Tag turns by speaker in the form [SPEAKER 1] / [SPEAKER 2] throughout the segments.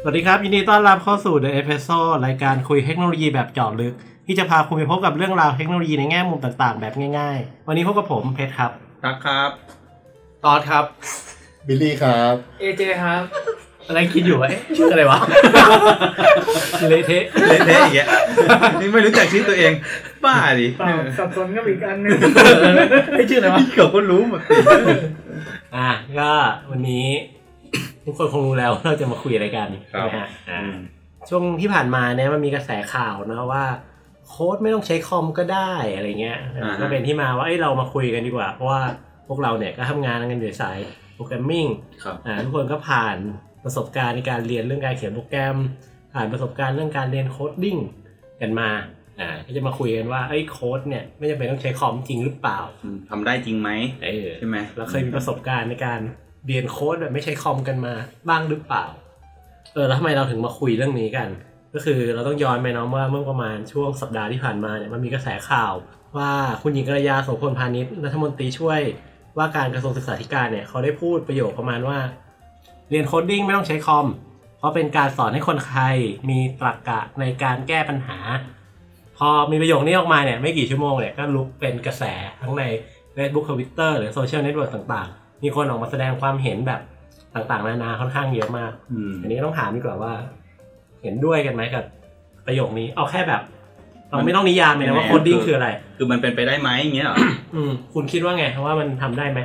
[SPEAKER 1] สวัสดีครับ ยินดีต้อนรับเข้าสู่ The e p e s o รายการคุยเทคโนโลยีแบบเจาะลึก ที่จะพาคุณไปพบกับเรื่องราวเทคโนโลยีในแง่มุมต่างๆ แบบง่ายๆ วันนี้พบกับผมเพชรครับ
[SPEAKER 2] ตักครับ
[SPEAKER 3] ตอดครับ
[SPEAKER 4] บิลลี่ครับ
[SPEAKER 3] เอเจครับ อะไรคิดอยู่ว่าเอ๊ะชื่ออะไรวะ เละเทะ
[SPEAKER 2] เละเทะอย่างเงี้ย นี่ไม่รู้จักชื่อตัวเอง บ้าดิ
[SPEAKER 5] เปล่าสับสนกับอีกอันหนึง
[SPEAKER 3] ไอ้ยชื่ออะไรวะ
[SPEAKER 2] พี่เขาก็รู้หมดสิ
[SPEAKER 1] อ่ะก็วันนี้ทุกคนคงรู้แล้วว่าเราจะมาคุยอะไรกันใช่ไหมฮะอ่ะช่วงที่ผ่านมาเนี่ยมันมีกระแสข่าวนะว่า โค้ดไม่ต้องใช้คอมก็ได้อะไรเงี้ยเอออา
[SPEAKER 2] ฮะ
[SPEAKER 1] ก็เป็นที่มาว่าเอ้ยเรามาคุยกันดีกว่า เพราะว่าพวกเราเนี่ยก็ทำงานกันอยู่สายโปรแกรมมิ่ง
[SPEAKER 3] ครับ
[SPEAKER 1] อ่าทุกคนก็ผ่านประสบการณ์ในการเรียนเรื่องการเขียนโปรแกรม ผ่านประสบการณ์เรื่องการเรียนโคดดิ้งกันมาอ่าก็จะมาคุยกันว่าไอ้ยโค้ดเนี่ยไม่จำเป็นต้องใช้คอมจริงหรือเปล่า
[SPEAKER 2] อืมทำได้จริงไหม
[SPEAKER 1] เออ
[SPEAKER 2] ใช่ไหม
[SPEAKER 1] เราเคยมีประสบการณ์ในการเรียนโค้ดแบบไม่ใช้คอมกันมาบ้างหรือเปล่าเออแล้วทำไมเราถึงมาคุยเรื่องนี้กัน ก็คือเราต้องย้อนไปเน้องว่าเมื่อประมาณช่วงสัปดาห์ที่ผ่านมาเนี่ยมันมีกระแสข่าว ว่าคุณหญิงกรยาโสพลพาณิชย์รัฐมนตรีช่วยว่าการกระทรวงศึกษาธิการเนี่ยเขาได้พูดประโยคประมาณว่า เรียนโคดดิ้งไม่ต้องใช้คอม เพราะเป็นการสอนให้คนไทยมีตรรกะในการแก้ปัญหา พอมีประโยคนี้ออกมาเนี่ยไม่กี่ชั่วโมงเนี่ยก็ลุกเป็นกระแสทั้งใน Facebook Twitter หรือโซเชียลเน็ตเวิร์กต่างๆ มีคนออกมาแสดงความเห็นแบบต่างๆ นานาค่อนข้างเยอะมาก
[SPEAKER 2] อืม
[SPEAKER 1] อันนี้ก็ต้องถามดีกว่าว่า เห็นด้วยกันไหมกับประโยคนี้เอาแค่แบบ เราไม่ต้องนิยามเลยนะว่าโคดดิ้งคืออะไร
[SPEAKER 2] คือมันเป็นไปได้ไหมอย่างเงี้ยเหรอ
[SPEAKER 1] อืมคุณคิดว่าไงว่ามันทำได้ไหม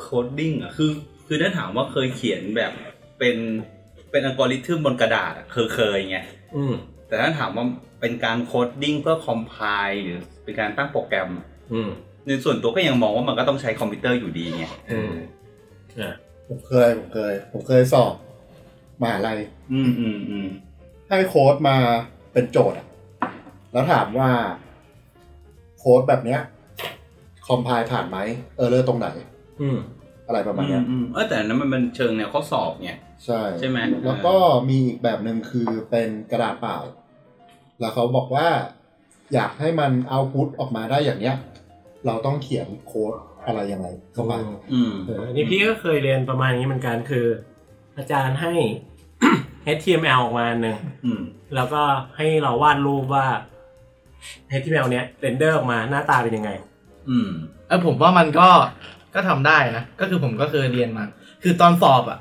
[SPEAKER 2] โคดดิ้งอ่ะคือ คือถ้าถามว่าเคยเขียนแบบเป็นเป็นอัลกอริทึมบนกระดาษอะเคยเคยไง
[SPEAKER 1] อืม
[SPEAKER 2] แต่ถ้าถามว่าเป็นการโคดดิ้งเพื่อคอมไพล์หรือเป็นการตั้งโปรแกรม
[SPEAKER 1] อืม
[SPEAKER 2] ในส่วนตัวก็ยังมองว่ามันก็ต้องใช้คอมพิวเตอร์อยู่ดีไง
[SPEAKER 1] อืมอ่ะ
[SPEAKER 4] ผมเคยผมเคย ผมเคยสอบมหาลัย
[SPEAKER 2] อืมอืมอืม
[SPEAKER 4] ให้โค้ดมาเป็นโจทย์อะแล้วถามว่า โค้ดแบบเนี้ยคอมไพล์ผ่านไหมเออเลอร์ตรงไหน
[SPEAKER 1] อืม
[SPEAKER 4] อะไรประมาณเนี้ย
[SPEAKER 2] อืมเออแต่อันนั้นมันเป็นเชิงแนวข้อสอบไง
[SPEAKER 4] ใช่
[SPEAKER 2] ใช่ไหม
[SPEAKER 4] แล้วก็มีอีกแบบหนึ่งคือเป็นกระดาษเปล่า แล้วเขาบอกว่า อยากให้มันเอาพุทออกมาได้อย่างเนี้ย เราต้องเขียนโค้ดอะไรยังไงเข้าไป
[SPEAKER 2] อืม
[SPEAKER 1] เอออันนี่พี่ก็เคยเรียนประมาณนี้เหมือนกันคือ อาจารย์ให้ HTML ออกมาอันหนึ่ง
[SPEAKER 2] อืม
[SPEAKER 1] แล้วก็ให้เราวาดรูปว่า HTML เนี้ยเรนเดอร์ออกมาหน้าตาเป็นยังไง
[SPEAKER 2] อืม
[SPEAKER 3] เออผมว่ามันก็ก็ทำได้นะ ก็คือผมก็เคยเรียนมา คือตอนสอบอ่ะ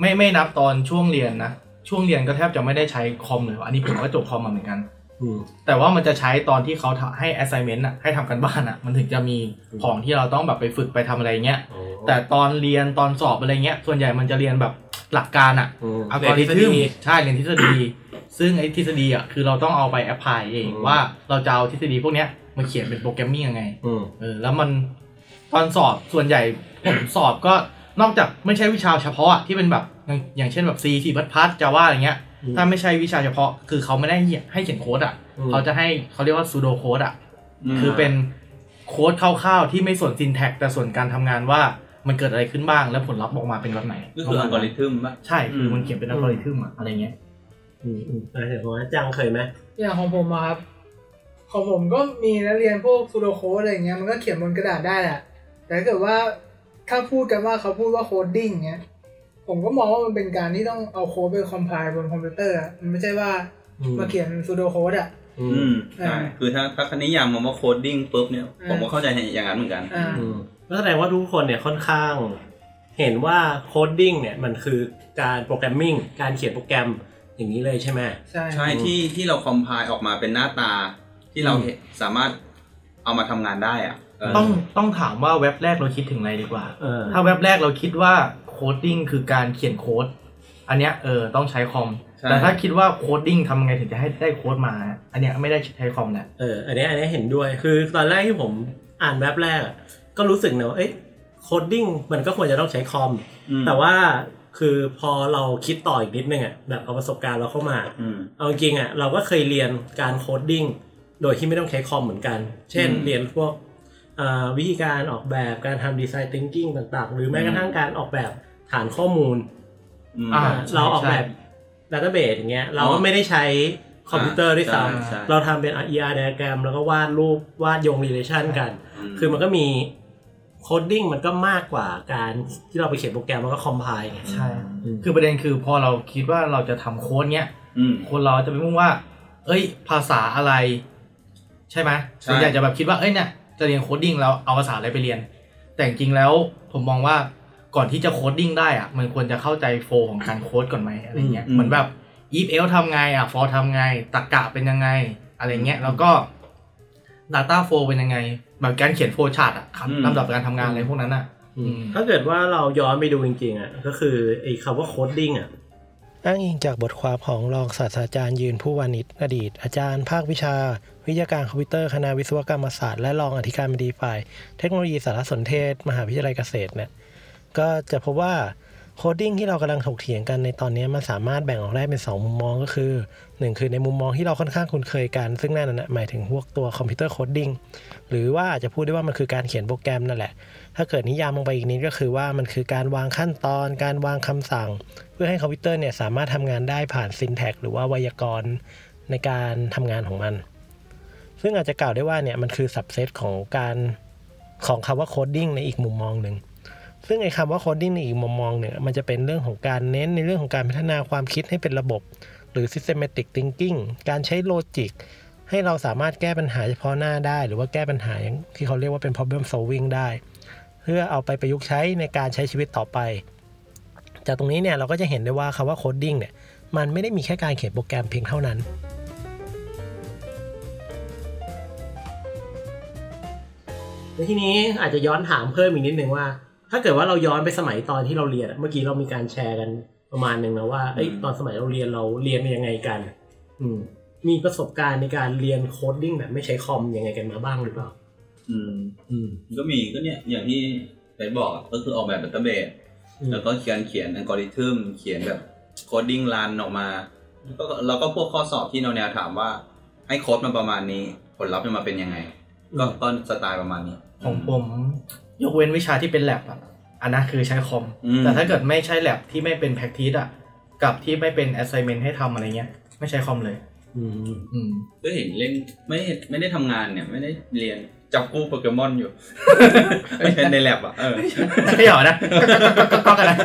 [SPEAKER 3] ไม่ไม่นับตอนช่วงเรียนนะ ช่วงเรียนก็แทบจะไม่ได้ใช้คอมเลย อันนี้ผมก็จบคอมมาเหมือนกัน
[SPEAKER 1] อืม
[SPEAKER 3] แต่ว่ามันจะใช้ตอนที่เขาทำให้ assignment อ่ะ ให้ทำกันบ้านอ่ะ มันถึงจะมี
[SPEAKER 1] อืม
[SPEAKER 3] ของที่เราต้องแบบไปฝึกไปทำอะไรเงี้ย แต่ตอนเรียนตอนสอบอะไรเงี้ย ส่วนใหญ่มันจะเรียนแบบหลักการอ่ะ
[SPEAKER 1] อืม
[SPEAKER 3] อัลกอริทึมใช่เรียนทฤษฎี ซึ่งไอ้ทฤษฎีอ่ะคือเราต้องเอาไปแอพพลายเอง
[SPEAKER 1] อืม
[SPEAKER 3] ว่าเราจะเอาทฤษฎีพวกเนี้ยมาเขียนเป็นโปรแกรมมิ่งยังไง
[SPEAKER 1] อืม
[SPEAKER 3] เออแล้วมันตอนสอบส่วนใหญ่ ผมสอบก็นอกจากไม่ใช่วิชาเฉพาะอะที่เป็นแบบอย่างอย่างเช่นแบบซีสีพัดพัดจาว่าอะไรเงี้ย ถ้าไม่ใช่วิชาเฉพาะ คือเขาไม่ได้ให้ให้เขียนโค้ดอ่ะ
[SPEAKER 1] อืม
[SPEAKER 3] เขาจะให้เขาเรียกว่าซูโดโค้ดอ่ะ คือเป็นโค้ดคร่าวๆที่ไม่ส่วนซินแท็กแต่ส่วนการทำงานว่ามันเกิดอะไรขึ้นบ้างและผลลัพธ์ออกมาเป็นแบบไหน
[SPEAKER 2] ก็คืออัลกอริทึมป่ะ
[SPEAKER 3] ใช่คือมันเขียนเป็นอัลกอริทึมอะอะไรเงี้ย
[SPEAKER 1] อืมอืมอ่ะเดี๋ยวผมว่าจังเคยไหม
[SPEAKER 5] อย่างของผมอะครับ ของผมก็มีนะเรียนพวกซูโดโคดอะไรอย่างเงี้ยมันก็เขียนบนกระดาษได้แหละแต่ถ้าเกิดว่าถ้าพูดกันว่าเขาพูดว่าโคดดิ้งเงี้ยผมก็มองว่ามันเป็นการที่ต้องเอาโค้ดไปคอมไพล์บนคอมพิวเตอร์อะมันไม่ใช่ว่า
[SPEAKER 1] อื
[SPEAKER 5] มาเขียนซูโดโคดอ่ะ
[SPEAKER 1] อื
[SPEAKER 2] อื
[SPEAKER 1] ม
[SPEAKER 2] มใช่
[SPEAKER 5] อ่า
[SPEAKER 2] คือถ้าถ้าคณิยามมองว่าโคดดิ้งปุ๊บเนี่ย
[SPEAKER 5] อ่า
[SPEAKER 2] ผมก็เข้าใจอย่างนั้นเหมือนกัน
[SPEAKER 5] อ่า
[SPEAKER 1] อืมก็แสดงว่าทุกคนเนี่ยค่อนข้าง เห็นว่าโคดดิ้งเนี่ยมันคือการโปรแกรมมิ่งการเขียนโปรแกรมอย่างนี้เลยใช่ไหม
[SPEAKER 5] ใช่
[SPEAKER 2] ใช่ที่ที่เราคอมไพล์ออกมาเป็นหน้าตา ที่เรา
[SPEAKER 1] อืม
[SPEAKER 2] เห็นสามารถเอามาทำงานได้อ่ะเ
[SPEAKER 3] ต้องต้องถามว่าเว็บแรกเราคิดถึงอะไรดีกว่า
[SPEAKER 1] เออ
[SPEAKER 3] ถ้าเว็บแรกเราคิดว่าโคดดิ้งคือการเขียนโค้ด อันเนี้ยเออต้องใช้คอม
[SPEAKER 2] ใช่
[SPEAKER 3] แต่ถ้าคิดว่าโคดดิ้งทำไงถึงจะให้ได้โค้ดมา อันเนี้ยไม่ได้ใช้คอมแหละ
[SPEAKER 1] เอออันเนี้ยอันเนี้ยเห็นด้วยคือตอนแรกที่ผมอ่านแบบแรกอะก็รู้สึกนะว่าเอ้ยโคดดิ้งมันก็ควรจะต้องใช้คอม
[SPEAKER 2] อืม
[SPEAKER 1] แต่ว่าคือพอเราคิดต่ออีกนิดนึงอ่ะแบบเอาประสบการณ์เราเข้ามา
[SPEAKER 2] อืม
[SPEAKER 1] เอาจริงๆอ่ะเราก็เคยเรียนการโคดดิ้งโดยที่ไม่ต้องใช้คอมเหมือนกัน เช่น
[SPEAKER 2] อืม
[SPEAKER 1] เรียนพวกเอ่อวิธีการออกแบบการทำดีไซน์ thinking ต่างๆ หรือแม้
[SPEAKER 2] อืม
[SPEAKER 1] กระทั่งการออกแบบฐานข้อมูล
[SPEAKER 2] อืม
[SPEAKER 3] อ่า ใช่
[SPEAKER 1] เราออกแบบ
[SPEAKER 3] ใช่
[SPEAKER 1] ดัตเตอร์เบสอย่างเงี้ยเรา
[SPEAKER 2] อ๋
[SPEAKER 1] ก็
[SPEAKER 2] อ
[SPEAKER 1] ไม่ได้ใช้คอมพิวเตอร์ด้วยซ้
[SPEAKER 2] ใช่ใช่
[SPEAKER 1] ำเราทำเป็น ER diagram แล้วก็วาดรูปวาดโยง relation กัน คือมันก็มี โคดดิ้งมันก็มากกว่าการที่เราไปเขียนโปรแกรมมันก็คอมไพล์ไง
[SPEAKER 3] ใช่ คือประเด็นคือพอเราคิดว่าเราจะทำโค้ดเนี้ย
[SPEAKER 2] อืม
[SPEAKER 3] คนเราจะไปมุ่งว่า เอ้ย ภาษาอะไร ใช่ไหม
[SPEAKER 2] ใช่
[SPEAKER 3] ส่วนใหญ่จะแบบคิดว่า เอ้ยเนี่ย จะเรียนโคดดิ้งแล้วเอาภาษาอะไรไปเรียน แต่จริงๆแล้ว ผมมองว่า ก่อนที่จะโคดดิ้งได้อะมันควรจะเข้าใจโฟล์ของการโคดก่อนไหมอะไรเงี้ย
[SPEAKER 2] อืม
[SPEAKER 3] เหมือนแบบ if else ทำไงอ่ะ for ทำไง ตรรกะเป็นยังไง อะไรเงี้ย แล้วก็ data flow เป็นยังไง แบบการเขียนโฟล์ชาร์ตอะครับลำดับการทำงานอะไรพวกนั้นอะอืม
[SPEAKER 1] ถ้าเกิดว่าเราย้อนไปดูจริงๆอ่ะก็คือไอ้คำว่าโคดดิ้งอ่ะ
[SPEAKER 6] อ้างอิงจากบทความของรองศาสตราจารย์ยืนผู้วานิชอดีต อาจารย์ภาควิชา วิทยาการคอมพิวเตอร์คณะวิศวกรรมศาสตร์และรองอธิการบดีฝ่าย เทคโนโลยีสารสนเทศ มหาวิทยาลัยเกษตรเนี่ยก็จะพบว่าโคดดิ้งที่เรากำลังถกเถียงกันในตอนนี้มันสามารถแบ่งออกได้เป็น 2 มุมมองก็คือหนึ่งคือในมุมมองที่เราค่อนข้างคุ้นเคยกัน ซึ่งนั่นน่ะหมายถึงพวกตัวคอมพิวเตอร์โคดดิ้งหรือว่าอาจจะพูดได้ว่ามันคือการเขียนโปรแกรมนั่นแหละ ถ้าเกิดนิยามลงไปอีกนิดก็คือว่ามันคือการวางขั้นตอน การวางคำสั่ง เพื่อให้คอมพิวเตอร์เนี่ยสามารถทำงานได้ผ่านซินแท็กหรือว่าไวยากรณ์ในการทำงานของมัน ซึ่งอาจจะกล่าวได้ว่าเนี่ยมันคือสับเซตของการของคำว่าโคดดิ้งในอีกมุมมองหนึ่ง ซึ่งไอ้คำว่าโคดดิ้งในอีกมุมมองเนี่ยมันจะเป็นเรื่องของการเน้นในเรื่องของการพัฒนาความคิดให้เป็นระบบ หรือ systematic thinking การใช้โลจิก ให้เราสามารถแก้ปัญหาเฉพาะหน้าได้ หรือว่าแก้ปัญหาอย่างที่เขาเรียกว่าเป็น problem solving ได้ เพื่อเอาไปประยุกต์ใช้ในการใช้ชีวิตต่อไป จากตรงนี้เนี่ยเราก็จะเห็นได้ว่าคำว่าโคดดิ้งเนี่ยมันไม่ได้มีแค่การเขียนโปรแกรมเพียงเท่านั้น
[SPEAKER 1] แล้วทีนี้อาจจะย้อนถามเพิ่มอีกนิดนึงว่า ถ้าเกิดว่าเราย้อนไปสมัยตอนที่เราเรียนอะเมื่อกี้เรามีการแชร์กันประมาณหนึ่งนะว่าเอ้ย
[SPEAKER 2] อืม
[SPEAKER 1] ตอนสมัยเราเรียนเราเรียนยังไงกัน อืม มีประสบการณ์ในการเรียนโคดดิ้งแบบไม่ใช้คอมยังไงกันมาบ้างหรือเปล่า
[SPEAKER 2] อืม
[SPEAKER 1] อืม
[SPEAKER 2] ก็มีก็เนี่ยอย่างที่ไปบอกอะก็คือออกแบบดัตเตอร์เบส
[SPEAKER 1] อืม
[SPEAKER 2] แล้วก็เขียนเขียนอัลกอริทึมเขียนแบบโคดดิ้งรันออกมาแล้วก็แล้วก็พวกข้อสอบที่แนวแนวๆถามว่า ให้โค้ดมันประมาณนี้ ผลลัพธ์มันมาเป็นยังไง ก็ก็สไตล์ประมาณนี้
[SPEAKER 3] ของผมยกเว้นวิชาที่เป็นแลบอะอันนั้นคือใช้คอม
[SPEAKER 2] อืม
[SPEAKER 3] แต่ถ้าเกิดไม่ใช่แลบที่ไม่เป็น practice อะกับที่ไม่เป็น assignment ให้ทำอะไรเงี้ย ไม่ใช้คอมเลย
[SPEAKER 1] อืม
[SPEAKER 3] อืม
[SPEAKER 2] ก็เห็นเล่นไม่ไม่ได้ทำงานเนี่ย ไม่ได้เรียนจับกู้โปเกมอน อยู่ ไม่ใช่ในแลบอ่ะเออ
[SPEAKER 3] แต่ก็อย่านะก็ก็กันนะ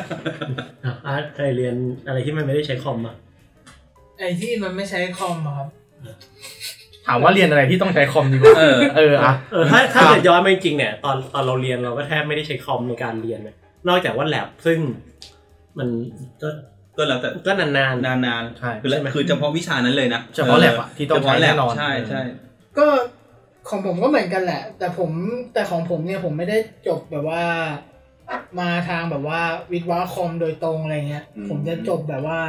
[SPEAKER 1] อ่ะอาร์ตเคยเรียนอะไรที่มันไม่ได้ใช้คอมอ่ะ
[SPEAKER 5] ไอที่มันไม่ใช้คอมอะครับ
[SPEAKER 3] ถามว่าเรียนอะไรที่ต้องใช้คอมดีกว่า
[SPEAKER 2] เออ
[SPEAKER 3] เอออะ
[SPEAKER 1] เออถ้าถ้าเกิดย้อนไปจริงๆเนี่ยตอนตอนเราเรียนเราก็แทบไม่ได้ใช้คอมในการเรียนนะนอกจากว่าแลบซึ่ง มันก็
[SPEAKER 2] ก็แล้วแต่
[SPEAKER 1] ก็นานๆ
[SPEAKER 2] นาน
[SPEAKER 3] ใช่
[SPEAKER 2] ๆคือแล้ว
[SPEAKER 1] ใช่ไหม
[SPEAKER 2] คือเฉพาะวิชานั้นเลยนะ
[SPEAKER 3] เฉพาะ lab อะที่ต้องใช้แน่นอ
[SPEAKER 2] เฉพาะ
[SPEAKER 3] น
[SPEAKER 2] lab ใช่ใช่
[SPEAKER 5] ก็ของผมก็เหมือนกันแหละ แต่ผมแต่ของผมเนี่ยผมไม่ได้จบแบบว่า มาทางแบบว่าวิทย์วะคอมโดยตรงอะไรเงี้ย
[SPEAKER 2] อืม
[SPEAKER 5] ผมจะจบแบบว่า